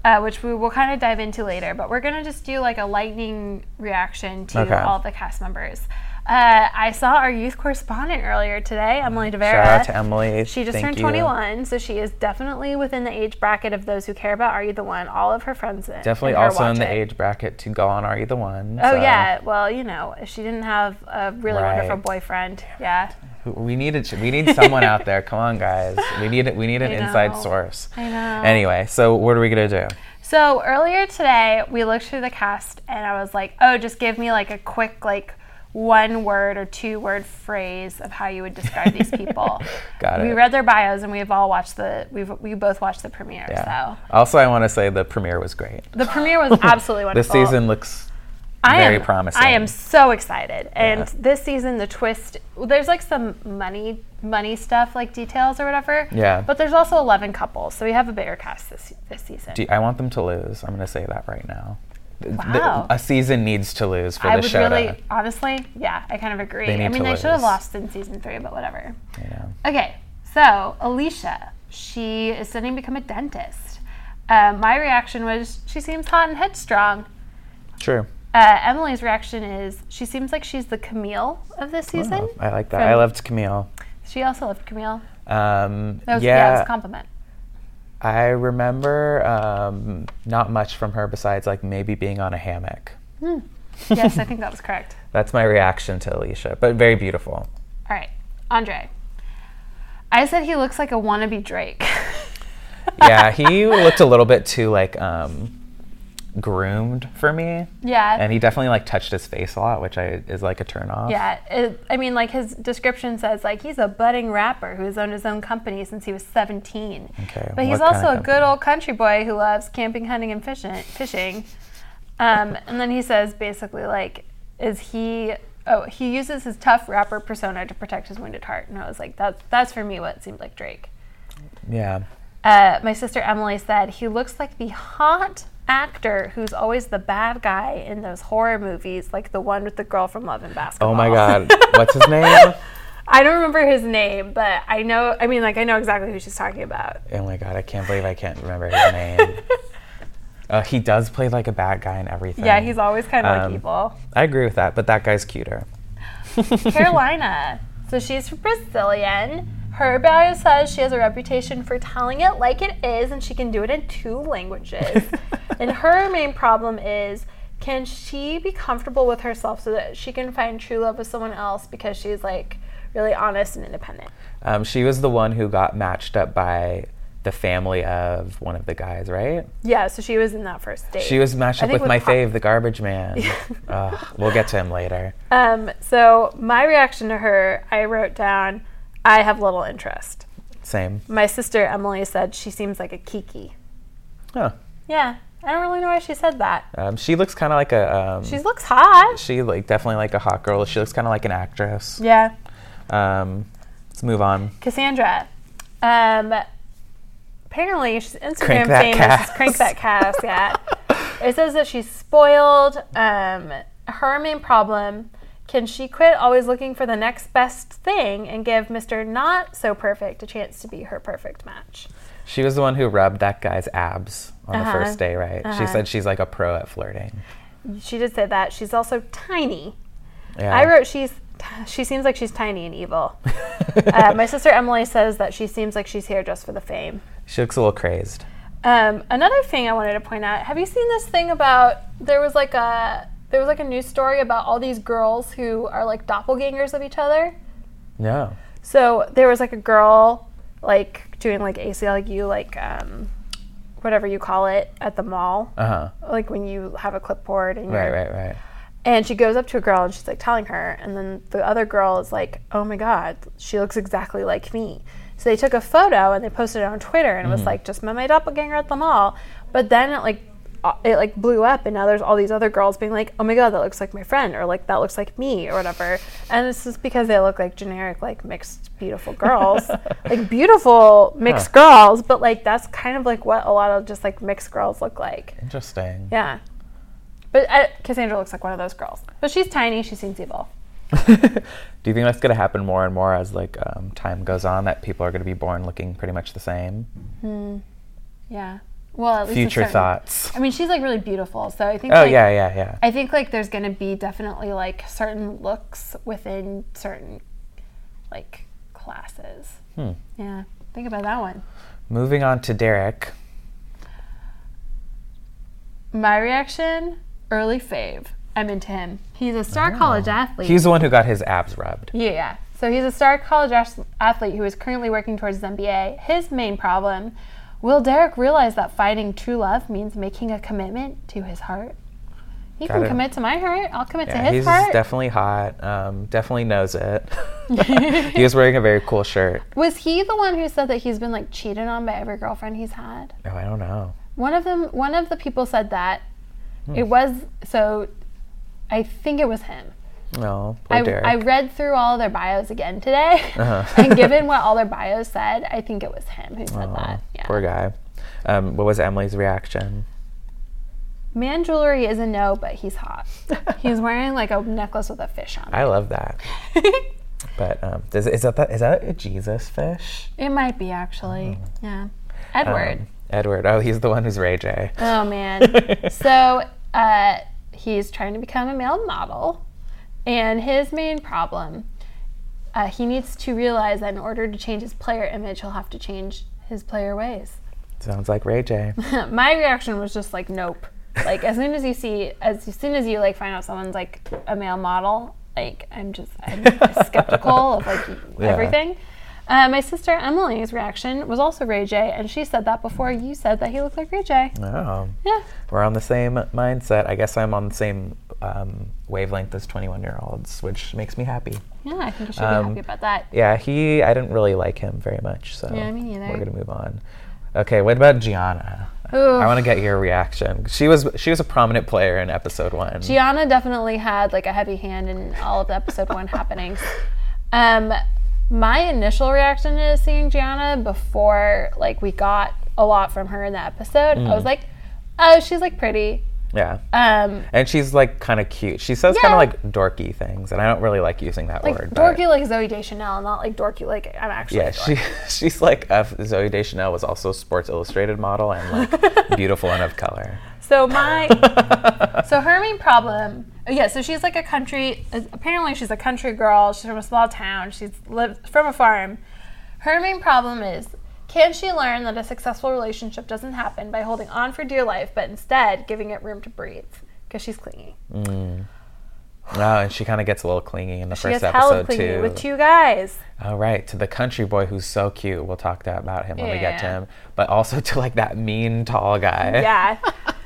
S1: uh, which we will kind of dive into later. But we're gonna just do like a lightning reaction to
S2: Okay.
S1: all the cast members. Uh, I saw our youth correspondent earlier today, Emily DeVera.
S2: [laughs] Shout out to Emily.
S1: She just
S2: Thank
S1: turned
S2: you.
S1: 21, so she is definitely within the age bracket of those who care about Are You the One? All of her friends uh, in-
S2: Definitely
S1: and her
S2: also in
S1: watch
S2: the
S1: it.
S2: age bracket to go on Are You the One?
S1: Oh
S2: so
S1: yeah, well you know if she didn't have a really wonderful
S2: Right.
S1: boyfriend, yeah.
S2: We need a, we need someone out there. Come on, guys. We need it.
S1: [laughs]
S2: We need an
S1: I
S2: inside
S1: know.
S2: source.
S1: I know.
S2: Anyway, so what are we gonna do?
S1: So earlier today we looked through the cast and I was like, oh, just give me like a quick like one word or two word phrase of how you would describe
S2: [laughs]
S1: these people.
S2: Got
S1: We
S2: it.
S1: read their bios and we've all watched the we've we both watched the premiere.
S2: Yeah.
S1: So
S2: Also, I want to say the premiere was great.
S1: the premiere
S2: [laughs]
S1: was absolutely
S2: This
S1: wonderful.
S2: season looks very promising.
S1: I am so excited. And
S2: Yeah.
S1: this season, the twist there's like some money money stuff, like details or whatever.
S2: Yeah.
S1: But there's also 11 couples, so we have a bigger cast this this season.
S2: Do- I want them to lose. I'm going to say that right now. Th- th-
S1: Wow.
S2: a season needs to lose for
S1: I
S2: the
S1: would
S2: show.
S1: really,
S2: to-
S1: honestly, yeah, I kind of agree.
S2: They need
S1: I mean,
S2: to
S1: they should have
S2: lose.
S1: lost in season three, but whatever.
S2: you know.
S1: Okay, so Alicia, she is studying to become a dentist. Uh, my reaction was she seems hot and headstrong.
S2: True.
S1: Uh, Emily's reaction is she seems like she's the Camille of this season.
S2: Oh, I like that.
S1: From-
S2: I loved Camille.
S1: She also loved Camille.
S2: Um,
S1: That was, yeah. it was
S2: yeah,
S1: a compliment.
S2: I remember um, not much from her besides like maybe being on a hammock.
S1: Yes, I think that was
S2: [laughs]
S1: correct.
S2: That's my reaction to Alicia, but
S1: [laughs]
S2: very beautiful.
S1: All right, Andre. I said he looks like a wannabe Drake.
S2: [laughs] Yeah, he looked a little bit too like um, groomed for me,
S1: [laughs] yeah.
S2: and he definitely like touched his face a lot, which I is like a turnoff.
S1: yeah, it- I mean, like his description says, like he's a budding rapper who has owned his own company since he was 17.
S2: Okay,
S1: but he's
S2: what kind
S1: also
S2: of
S1: a good
S2: company?
S1: old country boy who loves camping, hunting, and fishing. Fishing, um, and then he says basically like, is he? Oh, he uses his tough rapper persona to protect his wounded heart. And I was like, that's that's for me what seemed like Drake.
S2: Yeah.
S1: Uh, my sister Emily said he looks like the hot actor who's always the bad guy in those horror movies, like the one with the girl from Love and Basketball.
S2: Oh my God,
S1: [laughs]
S2: what's his name?
S1: I don't remember his name, but I know. I mean, like I know exactly who she's talking
S2: [laughs]
S1: about.
S2: Oh my god, I can't believe I can't remember
S1: [laughs]
S2: his name. Uh, he does play like a bad guy and everything.
S1: Yeah, he's always kind of
S2: Um,
S1: like evil.
S2: I agree with that, but that
S1: [laughs]
S2: guy's cuter.
S1: Carolina. So she's Brazilian. Her bio says she has a reputation for telling it like it is, and she can do it in two
S2: [laughs]
S1: languages. and her main problem is can she be comfortable with herself so that she can find true love with someone else because she's like really honest and independent?
S2: [laughs] Um, she was the one who got matched up by the family of one of the guys, right?
S1: Yeah, so she was in that first date.
S2: She was matched
S1: I
S2: up
S1: think
S2: with
S1: with
S2: my
S1: Pa-
S2: fave, the
S1: [laughs]
S2: garbage man. Ugh, we'll get to him later.
S1: Um, so my reaction to her, I wrote down, I have little interest.
S2: Same.
S1: My sister Emily said she seems like a kiki.
S2: Huh.
S1: Yeah. I don't really know why she said that.
S2: Um, she looks kind of like a. Um,
S1: She looks hot.
S2: she like definitely like a hot girl. She looks kind of like an actress.
S1: Yeah.
S2: Um, let's move on.
S1: Cassandra. Um, apparently, she's Instagram
S2: Crank that
S1: famous.
S2: cast.
S1: It's Crank that cast. Yeah.
S2: [laughs]
S1: it says that she's spoiled. Um, her main problem: can she quit always looking for the next best thing and give Mister Not So Perfect a chance to be her perfect match?
S2: She was the one who rubbed that guy's abs on the
S1: Uh-huh.
S2: first day, right? She said she's like a pro at flirting.
S1: She did say that. She's also tiny.
S2: Yeah.
S1: I wrote she's. She seems like she's tiny and evil.
S2: [laughs]
S1: Uh, my sister Emily says that she seems like she's here just for the fame.
S2: she looks a little crazed.
S1: Um, another thing I wanted to point out: Have you seen this thing about there was like a there was like a news story about all these girls who are like doppelgangers of each other?
S2: No.
S1: So there was like a girl like doing like ACLU like um, whatever you call it at the mall,
S2: Uh huh.
S1: like when you have a clipboard and
S2: Right,
S1: you're-
S2: right, right.
S1: and she goes up to a girl and she's like telling her, and then the other girl is like, "Oh my god, she looks exactly like me." So they took a photo and they posted it on Twitter, and it was like, "Just met my doppelganger at the mall." But then it like uh, it like blew up, and now there's all these other girls being like, "Oh my god, that looks like my friend," or like, "That looks like me," or whatever. And it's just because they look like generic, like mixed, beautiful girls, like beautiful mixed girls. But like that's kind of like what a lot of just like mixed girls look like.
S2: Interesting.
S1: Yeah. But uh, Cassandra looks like one of those girls. But she's tiny. She seems evil.
S2: [laughs] Do you think that's going to happen more and more as like um, time goes on that people are going to be born looking pretty much the same?
S1: Yeah. Well, at least a
S2: Future
S1: certain-
S2: thoughts.
S1: I mean, she's like really beautiful. So I think.
S2: Oh
S1: like,
S2: yeah, yeah, yeah.
S1: I think like there's gonna be definitely like certain looks within certain like classes.
S2: Hmm.
S1: Yeah. Think about that one.
S2: Moving on to Derek.
S1: My reaction: early fave. I'm into him. He's a star college athlete.
S2: Oh. He's the one who got his abs rubbed.
S1: Yeah, yeah. So he's a star college ath- athlete who is currently working towards his MBA. His main problem will Derek realize that finding true love means making a commitment to his heart? He
S2: Got
S1: can
S2: it.
S1: commit to my heart. I'll commit
S2: Yeah,
S1: to his
S2: he's
S1: heart.
S2: definitely hot. Um, definitely knows
S1: [laughs]
S2: it. [laughs] he was wearing a very cool shirt.
S1: was he the one who said that he's been like cheated on by every girlfriend he's had?
S2: Oh, I don't know.
S1: One of them. One of the people said that.
S2: Hmm.
S1: It was so. I think it was him.
S2: No, poor
S1: I,
S2: Derek.
S1: I read through all their bios again today,
S2: Uh-huh.
S1: [laughs] and given what all their bios said, I think it was him who said
S2: Aw,
S1: that. Yeah.
S2: Poor guy. Um, what was Emily's
S1: [laughs]
S2: reaction?
S1: Man jewelry is a no, but he's hot. [laughs] He's wearing like a necklace with a fish on
S2: I love that.
S1: it.
S2: But um, does, is that the, is that a Jesus fish?
S1: [laughs] it might be actually. Yeah. Edward.
S2: Um, Edward. Oh, he's the one who's Ray J.
S1: oh
S2: [laughs]
S1: man. [laughs] so uh, he's trying to become a male model, and his main problem uh, he needs to realize that in order to change his player image, he'll have to change his player ways.
S2: Sounds like Ray J.
S1: [laughs] My reaction was just like, nope. Like as soon as you see, as soon as you like find out someone's like a male model, like I'm just I'm skeptical of like everything. Uh, my sister Emily's reaction was also Ray J, and she said that before you said that he looked like Ray J.
S2: Oh,
S1: Yeah,
S2: we're on the same mindset. I guess I'm on the same um, wavelength as 21 year olds, which makes me happy.
S1: yeah, I think you should
S2: Um,
S1: be happy about that.
S2: Yeah, he. I didn't really like him very much, so
S1: Yeah, me neither.
S2: we're gonna move on. Okay, what about Gianna? I
S1: Ooh.
S2: want to get your reaction. She was she was a prominent player in episode one.
S1: Gianna definitely had like a heavy hand in all of the episode one happenings. Um, my initial reaction to seeing Gianna before like we got a lot from her in the episode, I
S2: Mm.
S1: was like, oh, she's like pretty.
S2: yeah,
S1: Um,
S2: and she's like kind of cute. She says kind
S1: Yeah.
S2: of like dorky things, and I don't really like using that
S1: like
S2: word. but-
S1: dorky like Zoe Deschanel, not like dorky like I'm actually. [laughs]
S2: Yeah,
S1: dorky.
S2: she she's like uh, Zoe Deschanel was also a Sports Illustrated model and
S1: [laughs]
S2: like beautiful and of color.
S1: So my
S2: [laughs]
S1: so her main problem, oh, yeah. So she's like a country. Apparently, she's a country girl. She's from a small town. She's lived from a farm. Her main problem is. Can she learn that a successful relationship doesn't happen by holding on for dear life, but instead giving it room to breathe? Because she's clingy.
S2: Oh, and she kind of gets a little clingy in the
S1: She
S2: first
S1: gets hella
S2: episode
S1: clingy
S2: too.
S1: with two guys.
S2: All right, to the country boy who's so cute. We'll talk that about him when we get to
S1: Yeah.
S2: him, but also to like that mean tall guy.
S1: Yeah.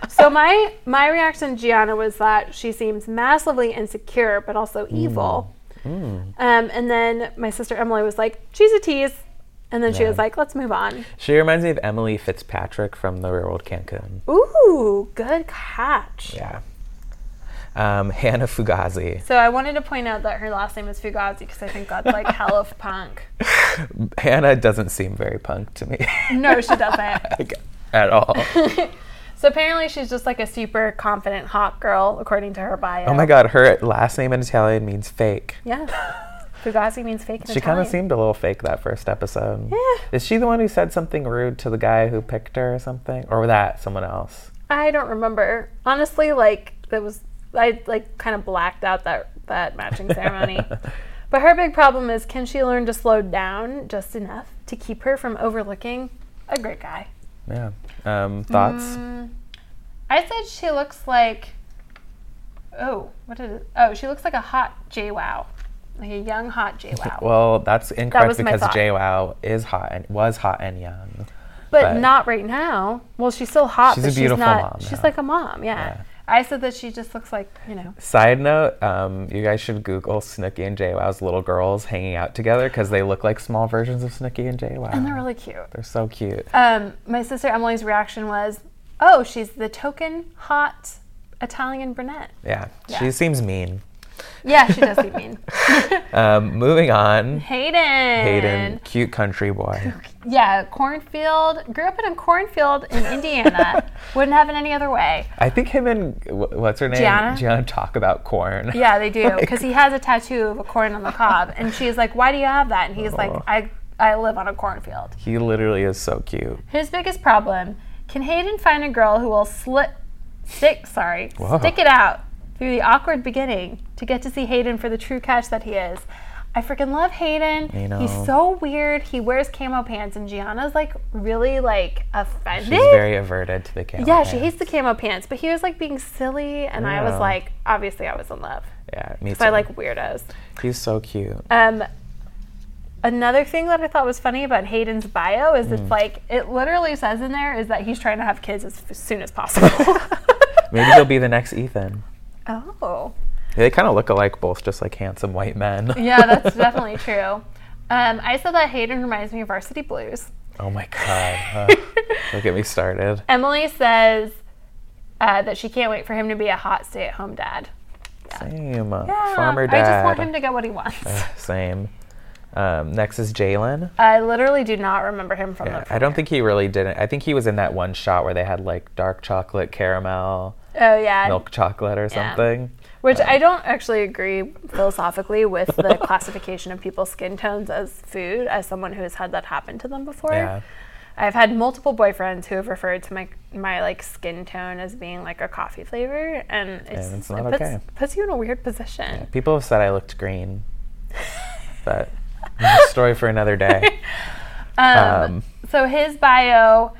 S1: so my my reaction to Gianna was that she seems massively insecure
S2: Hmm.
S1: but also evil. Um, and then my sister Emily was like, "She's a tease." And then she
S2: Yeah.
S1: was like, let's move on.
S2: [laughs] She reminds me of Emily Fitzpatrick from The Real World Cancun.
S1: Ooh, good catch.
S2: Yeah. Um, Hannah Fugazi.
S1: So I wanted to point out that her last name is Fugazi because I think that's [laughs] like hell of punk.
S2: [laughs] Hannah doesn't seem very punk to me [laughs]
S1: No, she doesn't.
S2: like, at all.
S1: So apparently she's just like a super confident hot girl, according to her bio.
S2: Oh my god, her last name in Italian means fake.
S1: Yeah. Fugazi means fake in
S2: She kind of
S1: Italian.
S2: seemed a little fake that first episode.
S1: Yeah.
S2: Is she the one who said something rude to the guy who picked her or something? Or was that someone else?
S1: I don't remember. Honestly, like that was I like kind of blacked out that that matching
S2: [laughs]
S1: ceremony. but her big problem is can she learn to slow down just enough to keep her from overlooking a great guy?
S2: Yeah. Um, thoughts?
S1: Mm. I said she looks like oh, what is it? Oh, she looks like a hot JWoww. Like a young hot
S2: [laughs]
S1: JWoww.
S2: Well, that's incorrect
S1: was my
S2: because
S1: thought.
S2: JWoww is hot and was hot and young.
S1: but,
S2: but-
S1: not right now. Well, she's still hot,
S2: She's
S1: but
S2: a beautiful
S1: she's not
S2: mom
S1: she's
S2: now.
S1: like a mom, yeah.
S2: Yeah.
S1: I said that she just looks like, you know,
S2: Side note: um, You guys should Google Snooki and JWoww's little girls hanging out together because they look like small versions of Snooki and JWoww.
S1: and they're really cute.
S2: They're so cute.
S1: Um, my sister Emily's reaction was, "Oh, she's the token hot Italian brunette."
S2: Yeah.
S1: Yeah.
S2: She seems
S1: [laughs]
S2: mean.
S1: Yeah, she does seem mean.
S2: [laughs] Um, moving on.
S1: Hayden.
S2: Hayden, cute country boy.
S1: Yeah, cornfield. Grew up in a cornfield in
S2: [laughs]
S1: Indiana. Wouldn't have it any other way.
S2: I think him and wh- what's her name?
S1: Gianna?
S2: talk about corn.
S1: Yeah, they do because he has a tattoo of a corn on the cob, and she's like, "Why do you have that?" And he's like,
S2: Oh.
S1: "I I live on a cornfield."
S2: He literally is so cute.
S1: His biggest problem: can Hayden find a girl who will slit, stick, sorry,
S2: Wow.
S1: stick it out through the awkward beginning to get to see Hayden for the true catch that he is. I freaking love Hayden.
S2: I know.
S1: He's so weird. He wears camo pants, and Gianna's like really like offended.
S2: She's very averted to the camera.
S1: yeah, she hates the camo pants, but he was like being silly, and I was
S2: Yeah.
S1: like, obviously, I was in love.
S2: Yeah, me too.
S1: So I like weirdos.
S2: He's so cute.
S1: Um, another thing that I thought was funny about Hayden's bio is
S2: Mm.
S1: it's like it literally says in there is that he's trying to have kids as f- soon as possible.
S2: [laughs] Maybe he'll be the next Ethan.
S1: [laughs] oh,
S2: They kind of look alike, both just like handsome white men.
S1: yeah, that's definitely true. Um, I said that Hayden reminds me of Varsity Blues.
S2: [laughs] Oh my
S1: [laughs]
S2: god. Ugh. don't get me started.
S1: Emily says uh, that she can't wait for him to be a hot stay-at-home dad.
S2: Same. Farmer
S1: I
S2: dad.
S1: just want him to get what he wants.
S2: Same. Um, next is Jalen.
S1: I literally do not remember him from the.
S2: I don't think he really didn't. I think he was in that one shot where they had like dark chocolate, caramel,
S1: Oh yeah,
S2: milk chocolate, or
S1: Yeah.
S2: something.
S1: Which I don't actually agree philosophically with
S2: [laughs]
S1: the classification of people's skin tones as food, as someone who has had that happen to them before.
S2: Yeah.
S1: I've had multiple boyfriends who have referred to my my like skin tone as being like a coffee flavor, and it's,
S2: it's not
S1: it puts,
S2: okay.
S1: puts you in a weird position.
S2: People have said I
S1: [laughs]
S2: looked green, but [laughs] story for another day.
S1: [laughs] Um, so his bio,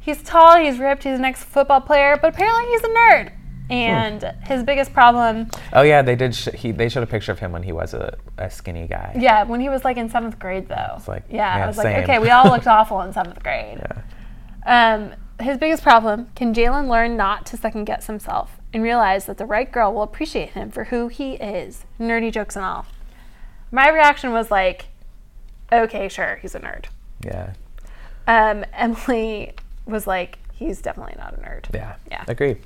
S1: he's tall, he's ripped, he's an ex football player, but apparently he's a nerd.
S2: Hmm.
S1: And his biggest problem,
S2: Oh yeah, they did. Sh- he, they showed a picture of him when he was a, a skinny guy.
S1: yeah, when he was like in seventh grade though.
S2: like,
S1: yeah,
S2: yeah,
S1: I was
S2: same.
S1: like, okay, we all
S2: [laughs]
S1: looked awful in seventh grade.
S2: Yeah.
S1: Um, his biggest problem can Jalen learn not to second guess himself and realize that the right girl will appreciate him for who he is, nerdy jokes and all. My reaction was like, okay, sure, he's a nerd.
S2: yeah,
S1: Um, [laughs] Emily was like, he's definitely not a nerd.
S2: yeah,
S1: Yeah.
S2: Agree.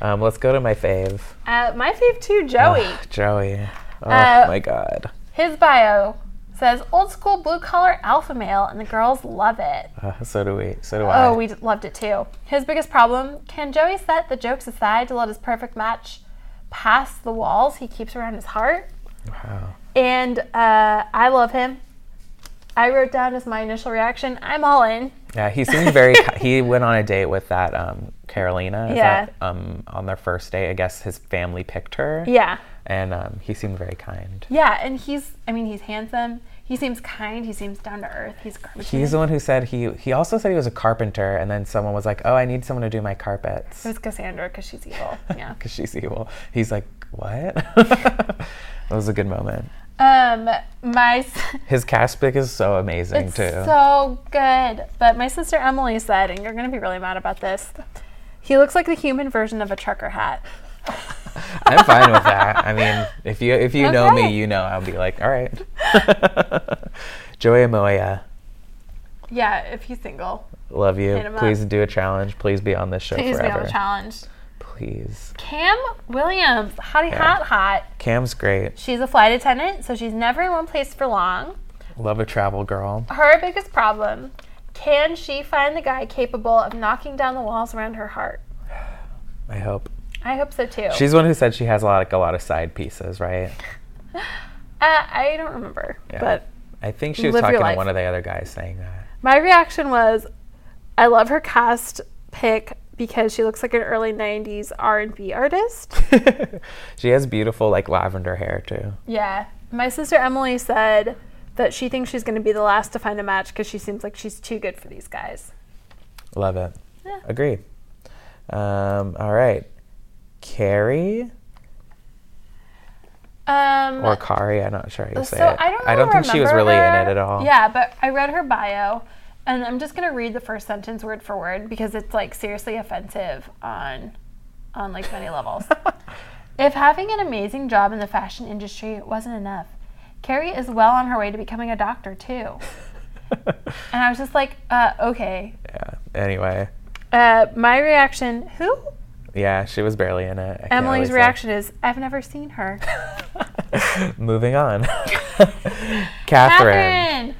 S2: Um, let's go to my fave,
S1: Uh, my fave too, Joey.
S2: Ugh, [sighs] Joey. Oh
S1: Uh,
S2: my god.
S1: His bio says old school blue collar alpha male, and the girls love it.
S2: Uh, so do we. So do I.
S1: Oh, we d- loved it too. His biggest problem can Joey set the jokes aside to let his perfect match pass the walls he keeps around his heart?
S2: Wow.
S1: And uh, I love him. I wrote down as my initial reaction I'm all in.
S2: Yeah, he
S1: [laughs]
S2: seemed very. ki- he went on a date with that um, Carolina. is
S1: Yeah.
S2: That, um, on their first date, I guess his family picked her.
S1: Yeah.
S2: And um, he seemed very kind.
S1: Yeah, and he's, I mean, he's handsome. He seems kind. He seems down to earth. He's garbage.
S2: He's the one who said he. He also said he was a carpenter, and then someone was like, "Oh, I need someone to do my carpets." [laughs]
S1: it was Cassandra because she's evil. Yeah.
S2: because she's evil. He's like, what? [laughs] that was a good moment.
S1: Um, my s- [laughs]
S2: His cast pick is so amazing
S1: It's
S2: too.
S1: so good. But my sister Emily said, and you're going to be really mad about this, he looks like the human version of a trucker hat.
S2: [laughs] I'm fine with that. I mean, if you if you know
S1: Okay.
S2: [laughs] me, you know I'll be like, all right. Joey Amoya.
S1: [laughs] Yeah, if he's single,
S2: Love you.
S1: Hit 'em up.
S2: Please do a challenge. Please be on this show
S1: please be
S2: forever.
S1: on the challenge.
S2: Please.
S1: Cam Williams, hottie hot hot.
S2: Cam's great.
S1: She's a flight attendant, so she's never in one place for long.
S2: Love a travel girl.
S1: Her biggest problem: can she find the guy capable of knocking down the walls around her heart?
S2: I hope.
S1: I hope so too.
S2: She's the one who said she has a lot, like a lot of side pieces, right?
S1: uh, I don't remember,
S2: Yeah.
S1: but
S2: I think she was
S1: Live your
S2: talking to
S1: life.
S2: one of the other guys saying that.
S1: My reaction was, I love her cast pick because she looks like an early '90s R&B artist.
S2: [laughs] she has beautiful like lavender hair too.
S1: Yeah, my sister Emily said that she thinks she's going to be the last to find a match because she seems like she's too good for these guys.
S2: Love it.
S1: Yeah.
S2: Agree. Um, all right. Carrie
S1: Um,
S2: or Kari, I'm not sure how you say
S1: so
S2: it.
S1: I don't.
S2: I don't
S1: really
S2: think she was
S1: remember
S2: really in it
S1: her.
S2: at all.
S1: Yeah, but I read her bio, and I'm just going to read the first sentence word for word because it's like seriously offensive on, on like many
S2: [laughs]
S1: levels. If having an amazing job in the fashion industry wasn't enough, Carrie is well on her way to becoming a doctor too. And I was just like, uh, okay.
S2: [laughs] yeah. Anyway.
S1: Uh, my reaction, who?
S2: Yeah, she was barely in it. I can't
S1: Emily's
S2: really
S1: reaction is, I've never seen
S2: [laughs]
S1: her.
S2: say. [laughs] Moving on. Catherine.
S1: Catherine!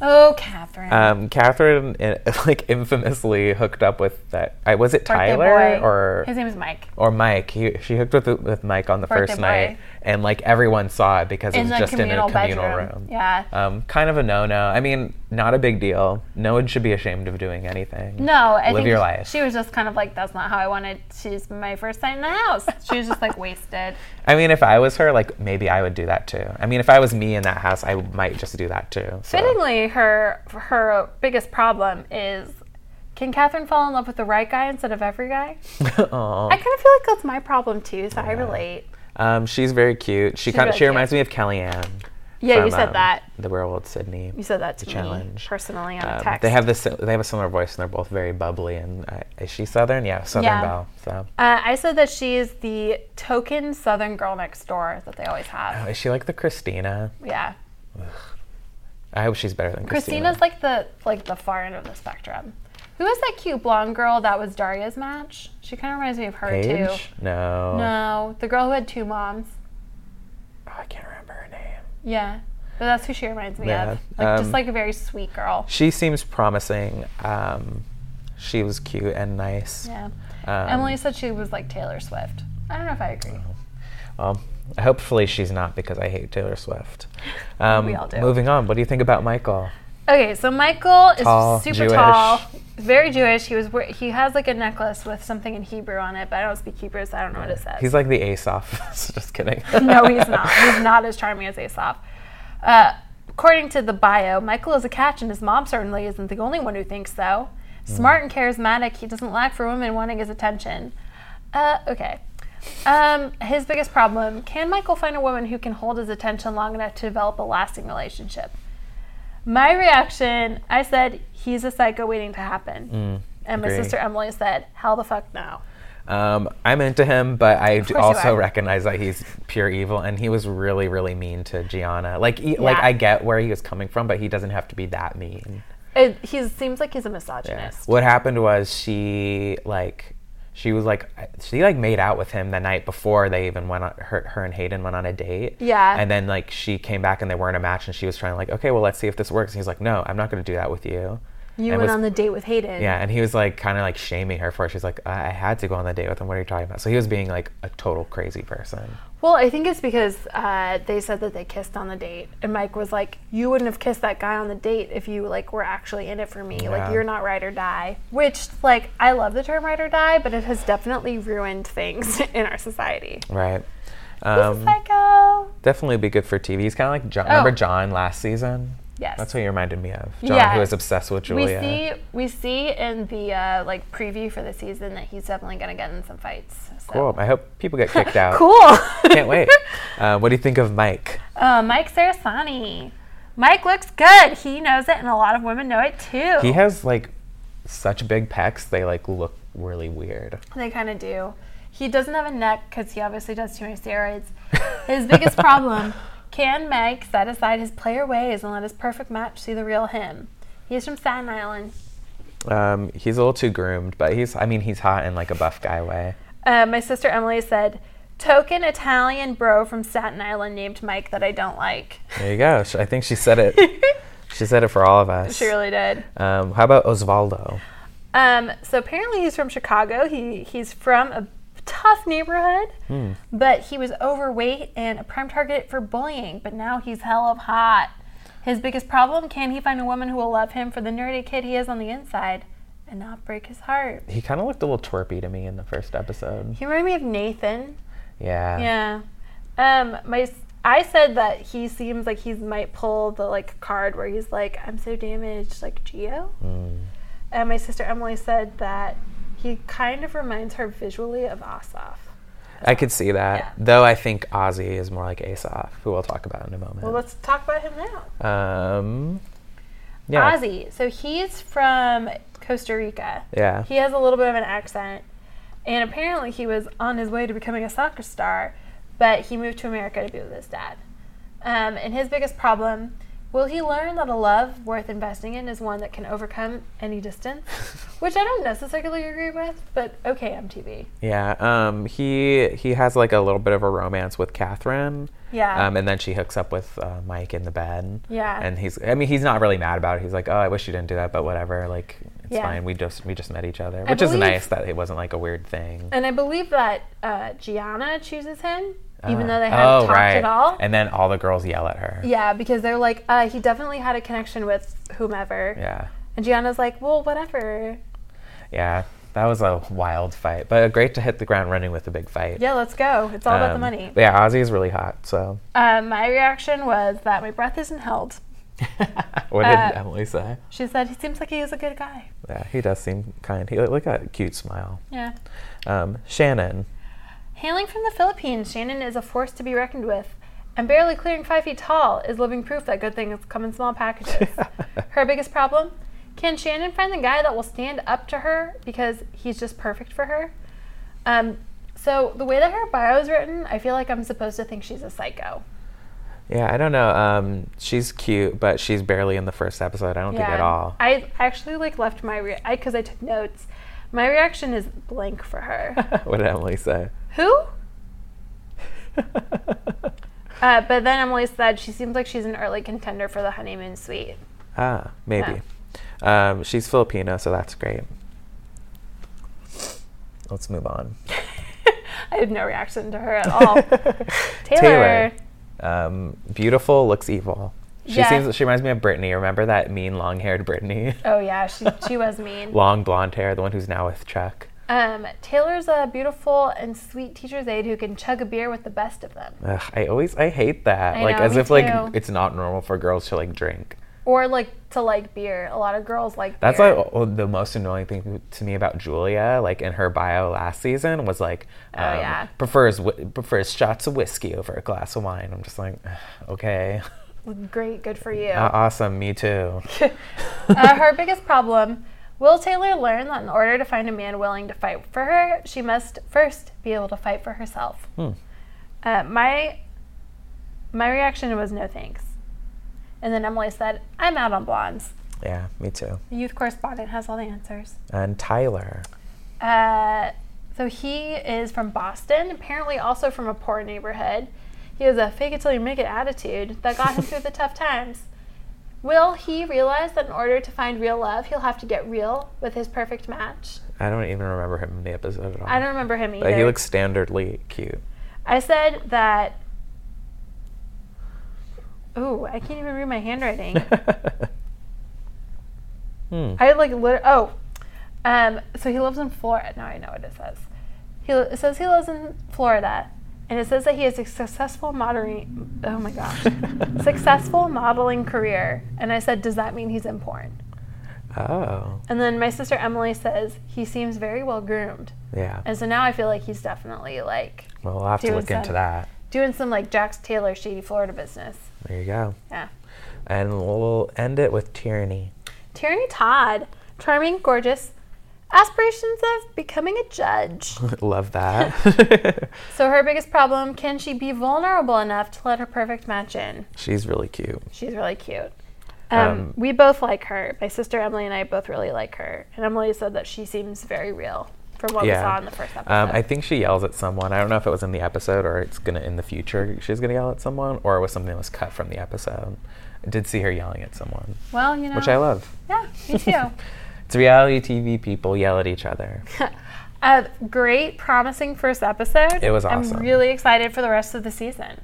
S1: Oh, Catherine.
S2: Um, Catherine, i- [laughs] like infamously hooked up with that. I was it
S1: Birthday
S2: Tyler
S1: boy.
S2: or
S1: His name is Mike.
S2: or Mike. He, she hooked with with Mike on the
S1: Birthday
S2: first
S1: boy.
S2: night, and like everyone saw it because it
S1: In
S2: was
S1: the
S2: just in a
S1: communal
S2: communal
S1: bedroom.
S2: room.
S1: Yeah.
S2: Um, kind of a no no. I mean, not a big deal. No one should be ashamed of doing anything.
S1: No, I
S2: Live
S1: think
S2: your
S1: sh-
S2: life.
S1: she was just kind of like, that's not how I wanted. She's my first night in the house. She was just like wasted.
S2: I mean, if I was her, like maybe I would do that too. I mean, if I was me in that house, I might just do that too. So.
S1: Fittingly, her her biggest problem is can Catherine fall in love with the right guy instead of every guy?
S2: [laughs] Aw.
S1: I kind of feel like that's my problem too, so I relate.
S2: Um, she's very cute. She kind of
S1: really
S2: she
S1: cute.
S2: reminds me of Kellyanne.
S1: Yeah, you
S2: from,
S1: said
S2: um,
S1: that.
S2: The Werewolf Sydney.
S1: You said that to me
S2: challenge.
S1: personally on a
S2: Um,
S1: text.
S2: They have this. They have a similar voice, and they're both very bubbly. And uh, is she Southern? Yeah, Southern
S1: Yeah.
S2: Belle. So
S1: uh, I said that she is the token Southern girl next door that they always have.
S2: Oh, is she like the Christina?
S1: Yeah,
S2: I hope she's better than Christina.
S1: Christina's like the like the far end of the spectrum. Who is that cute blonde girl that was Daria's match? She kind of reminds me of her too.
S2: Paige? Oh. No.
S1: No, the girl who had two moms.
S2: Oh, I can't remember her name.
S1: Yeah, but that's who she reminds me
S2: Yeah,
S1: of. Like
S2: um,
S1: just like a very sweet girl.
S2: She seems promising. Um, she was cute and nice.
S1: Yeah.
S2: Um, Uh,
S1: Emily said she was like Taylor Swift. I don't know if I agree.
S2: Well, hopefully she's not because I hate Taylor Swift. Um,
S1: [laughs] We all do.
S2: Moving on. What do you think about Michael?
S1: Okay, so Michael is
S2: Tall,
S1: super
S2: Jewish.
S1: tall, very Jewish. He was wear- he has like a necklace with something in Hebrew on it, but I don't speak Hebrew, so I don't know what it says.
S2: He's like the Aesop. [laughs] Just kidding.
S1: no, he's not. He's not as charming as Aesop. Uh, according to the bio, Michael is a catch, and his mom certainly isn't the only one who thinks
S2: Mm.
S1: so. Smart and charismatic, he doesn't lack for women wanting his attention. Uh, okay. Um, his biggest problem can Michael find a woman who can hold his attention long enough to develop a lasting relationship? My reaction I said, he's a psycho waiting to happen. and my
S2: Mm, agree.
S1: sister Emily said, hell the fuck no.
S2: Um, I'm into him, but I do
S1: course you
S2: also
S1: are.
S2: recognize that he's pure evil, and he was really, really mean to Gianna. Like, he, like
S1: Yeah.
S2: I get where he was coming from, but he doesn't have to be that mean.
S1: It, he seems like he's a misogynist.
S2: What happened was she like she was like she like made out with him the night before they even went on her, her and Hayden went on a date.
S1: Yeah.
S2: And then like she came back and they weren't a match, and she was trying to like, okay, well let's see if this works. And he's like, no, I'm not going to do that with you.
S1: You
S2: and
S1: went
S2: was-
S1: on the date with Hayden.
S2: Yeah, and he was like kind of like shaming her for it. She's like, I-, I had to go on the date with him. What are you talking about? So he was being like a total crazy person.
S1: Well, I think it's because uh, they said that they kissed on the date, and Mike was like, "You wouldn't have kissed that guy on the date if you like were actually in it for me.
S2: Yeah.
S1: Like, you're not ride or die." Which, like, I love the term ride or die, but it has definitely ruined things [laughs] in our society.
S2: Right.
S1: He's a
S2: Um,
S1: psycho.
S2: definitely be good for TV. He's kind of like John. Remember
S1: Oh.
S2: John last season?
S1: Yes.
S2: That's uh, what he reminded me of. John,
S1: Yeah.
S2: who is obsessed with
S1: we
S2: Julia.
S1: see we see in the uh, like preview for the season that he's definitely gonna get in some fights. So.
S2: Cool. I hope people get kicked out.
S1: [laughs] Cool.
S2: [laughs]
S1: [laughs]
S2: Can't wait. Uh, what do you think of Mike?
S1: Uh, Mike Sarasani. Mike looks good. He knows it, and a lot of women know it too.
S2: He has like such big pecs. They like look really weird.
S1: They kind of do. He doesn't have a neck because he obviously does too many steroids. His biggest problem can Mike set aside his player ways and let his perfect match see the real him? He's from Staten Island.
S2: Um, he's a little too groomed, but he's, I mean, he's hot in like a buff guy way.
S1: Uh, my sister Emily said, token Italian bro from Staten Island named Mike that I don't like.
S2: There you go. Sh- I think she said it. she said it for all of
S1: [laughs]
S2: us.
S1: she really did.
S2: Um, how about Osvaldo?
S1: Um, so apparently he's from Chicago. He he's from a tough neighborhood, but he was overweight and a prime target for bullying. But now he's hell of hot. His biggest problem: can he find a woman who will love him for the nerdy kid he is on the inside, and not break his heart?
S2: He kind of looked a little twerpy to me in the first episode.
S1: He reminded me of Nathan.
S2: Yeah.
S1: Yeah. Um, my s- I said that he seems like he might pull the like card where he's like, "I'm so damaged," like Geo. And my sister Emily said that he kind of reminds her visually of Asaf.
S2: I could see that.
S1: Yeah.
S2: Though I think Ozzy is more like Aesop, who we'll talk about in a moment.
S1: Well, let's talk about him now.
S2: um, yeah.
S1: Ozzy. So he's from Costa Rica.
S2: Yeah.
S1: He has a little bit of an accent, and apparently he was on his way to becoming a soccer star, but he moved to America to be with his dad. Um, and his biggest problem will he learn that a love worth investing in is one that can overcome any distance?
S2: [laughs]
S1: Which I don't necessarily agree with, but okay, MTV.
S2: yeah. Um, he he has like a little bit of a romance with Catherine.
S1: Yeah.
S2: Um, and then she hooks up with uh, Mike in the bed.
S1: Yeah.
S2: And he's I mean he's not really mad about it. He's like, oh, I wish you didn't do that, but whatever. Like it's
S1: Yeah.
S2: fine. We just we just met each other, which is
S1: believe-
S2: nice that it wasn't like a weird thing.
S1: and I believe that uh, Gianna chooses him, even
S2: Ah.
S1: though they haven't talked at all.
S2: And then all the girls yell at her.
S1: yeah, because they're like, uh, he definitely had a connection with whomever.
S2: Yeah.
S1: And Gianna's like, well, whatever.
S2: Yeah. That was a wild fight, but great to hit the ground running with a big fight.
S1: Yeah, let's go. It's all about the
S2: Um,
S1: money.
S2: but Yeah, Ozzy is really hot.
S1: [laughs]
S2: So,
S1: Uh, my reaction was that my breath isn't held.
S2: what did
S1: Uh,
S2: Emily say?
S1: She said, he seems like he is a good guy.
S2: Yeah, he does seem kind. He look at that cute smile.
S1: Yeah.
S2: Um, Shannon.
S1: Hailing from the Philippines, Shannon is a force to be reckoned with. And barely clearing five feet tall is living proof that good things come in small packages. her biggest problem? Can Shannon find the guy that will stand up to her because he's just perfect for her? Um, so, the way that her bio is written, I feel like I'm supposed to think she's a psycho.
S2: Yeah, I don't know. Um, she's cute, but she's barely in the first episode. I don't think
S1: [laughs]
S2: at all.
S1: I actually like left my re- I because I took notes. My reaction is blank for
S2: [laughs]
S1: her.
S2: what did
S1: [laughs]
S2: Emily say?
S1: Who? Uh, but then Emily said she seems like she's an early contender for the honeymoon suite.
S2: ah, maybe. Um, she's Filipino, so that's great. Let's move on.
S1: I had no reaction to her
S2: [laughs]
S1: at all. [laughs] Taylor.
S2: Um, beautiful looks evil. She
S1: Yeah.
S2: seems. She reminds me of Brittany. Remember that mean long-haired Brittany, [laughs]
S1: Oh yeah, she she was mean.
S2: long blonde hair, the one who's now with Chuck.
S1: Um, Taylor's a beautiful and sweet teacher's aide who can chug a beer with the best of them,
S2: Ugh, I always I hate that.
S1: I
S2: like
S1: know,
S2: as
S1: me
S2: if like
S1: too.
S2: it's not normal for girls to like drink.
S1: or like to like beer. A lot of girls like.
S2: That's
S1: beer.
S2: like o- the most annoying thing to me about Julia, like in her bio last season, was like, um,
S1: Oh, yeah.
S2: prefers whi- prefers shots of whiskey over a glass of wine. I'm just like, [sighs]
S1: [laughs]
S2: okay,
S1: great. Good for you.
S2: Uh, awesome, me too.
S1: uh, her biggest problem will taylor learn that in order to find a man willing to fight for her she must first be able to fight for herself uh, my my reaction was no thanks and then emily said i'm out on blondes
S2: Yeah, me too.
S1: the youth correspondent has all the answers
S2: And Tyler,
S1: uh, so he is from boston apparently also from a poor neighborhood he has a fake it till you make it attitude that got him through the
S2: [laughs]
S1: tough times Will he realize that in order to find real love, he'll have to get real with his perfect match?
S2: I don't even remember him in the episode at all.
S1: I don't remember him either.
S2: But he looks standardly
S1: [laughs]
S2: cute.
S1: I said that. Ooh, I can't even read my handwriting.
S2: hmm.
S1: I like lit. Oh, um, so he lives in Florida. Now I know what it says. He li- it says he lives in Florida, and it says that he has a successful modeling. Oh my gosh,
S2: [laughs]
S1: successful modeling career. And I said, does that mean he's in porn?
S2: [laughs] Oh,
S1: And then my sister Emily says he seems very well groomed.
S2: yeah.
S1: And so now I feel like he's definitely like
S2: Well, I'll have to
S1: doing
S2: look into
S1: some-
S2: that.
S1: doing some like Jax Taylor shady Florida business.
S2: There you go.
S1: Yeah.
S2: And we'll end it with tyranny. [laughs]
S1: Tierney Todd, charming, gorgeous, aspirations of becoming a judge. [laughs]
S2: Love that.
S1: so her biggest problem, can she be vulnerable enough to let her perfect match in?
S2: She's really cute.
S1: She's really cute. Um, we both like her. My sister Emily and I both really like her. And Emily said that she seems very real from what we saw in the first episode.
S2: Um, I think she yells at someone. I don't know if it was in the episode or it's gonna in the future. She's gonna yell at someone, or it was something that was cut from the episode. I did see her yelling at someone,
S1: well, you know.
S2: which I love.
S1: Yeah, me
S2: [laughs]
S1: too.
S2: It's reality TV people yell at
S1: [laughs]
S2: each other.
S1: A Uh, great, promising first episode.
S2: It was
S1: I'm
S2: awesome.
S1: really excited for the rest of the season.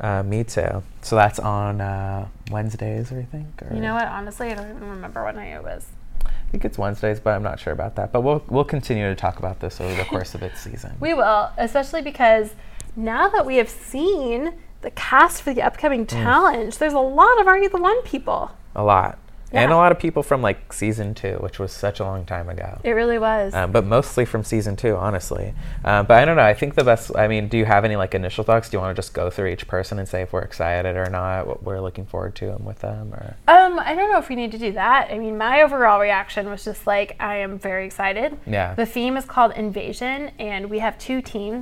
S2: Uh, me too. So that's on uh, Wednesdays, I think. Or
S1: You know what? Honestly, I don't even remember what night it was.
S2: I think it's Wednesdays, but I'm not sure about that. But we'll we'll continue to talk about this over the course of its season.
S1: We will, especially because now that we have seen the cast for the upcoming
S2: Mm.
S1: challenge, there's a lot of Are You the One people.
S2: a lot, and
S1: Yeah.
S2: a lot of people from like season two, which was such a long time ago.
S1: It really was.
S2: Um, but mostly from season two, honestly. Uh, but I don't know. I think the best. I mean, do you have any like initial thoughts? Do you want to just go through each person and say if we're excited or not, what we're looking forward to, and with them, or
S1: Um, I don't know if we need to do that. I mean, my overall reaction was just like, I am very excited.
S2: Yeah.
S1: The theme is called Invasion, and we have two teams.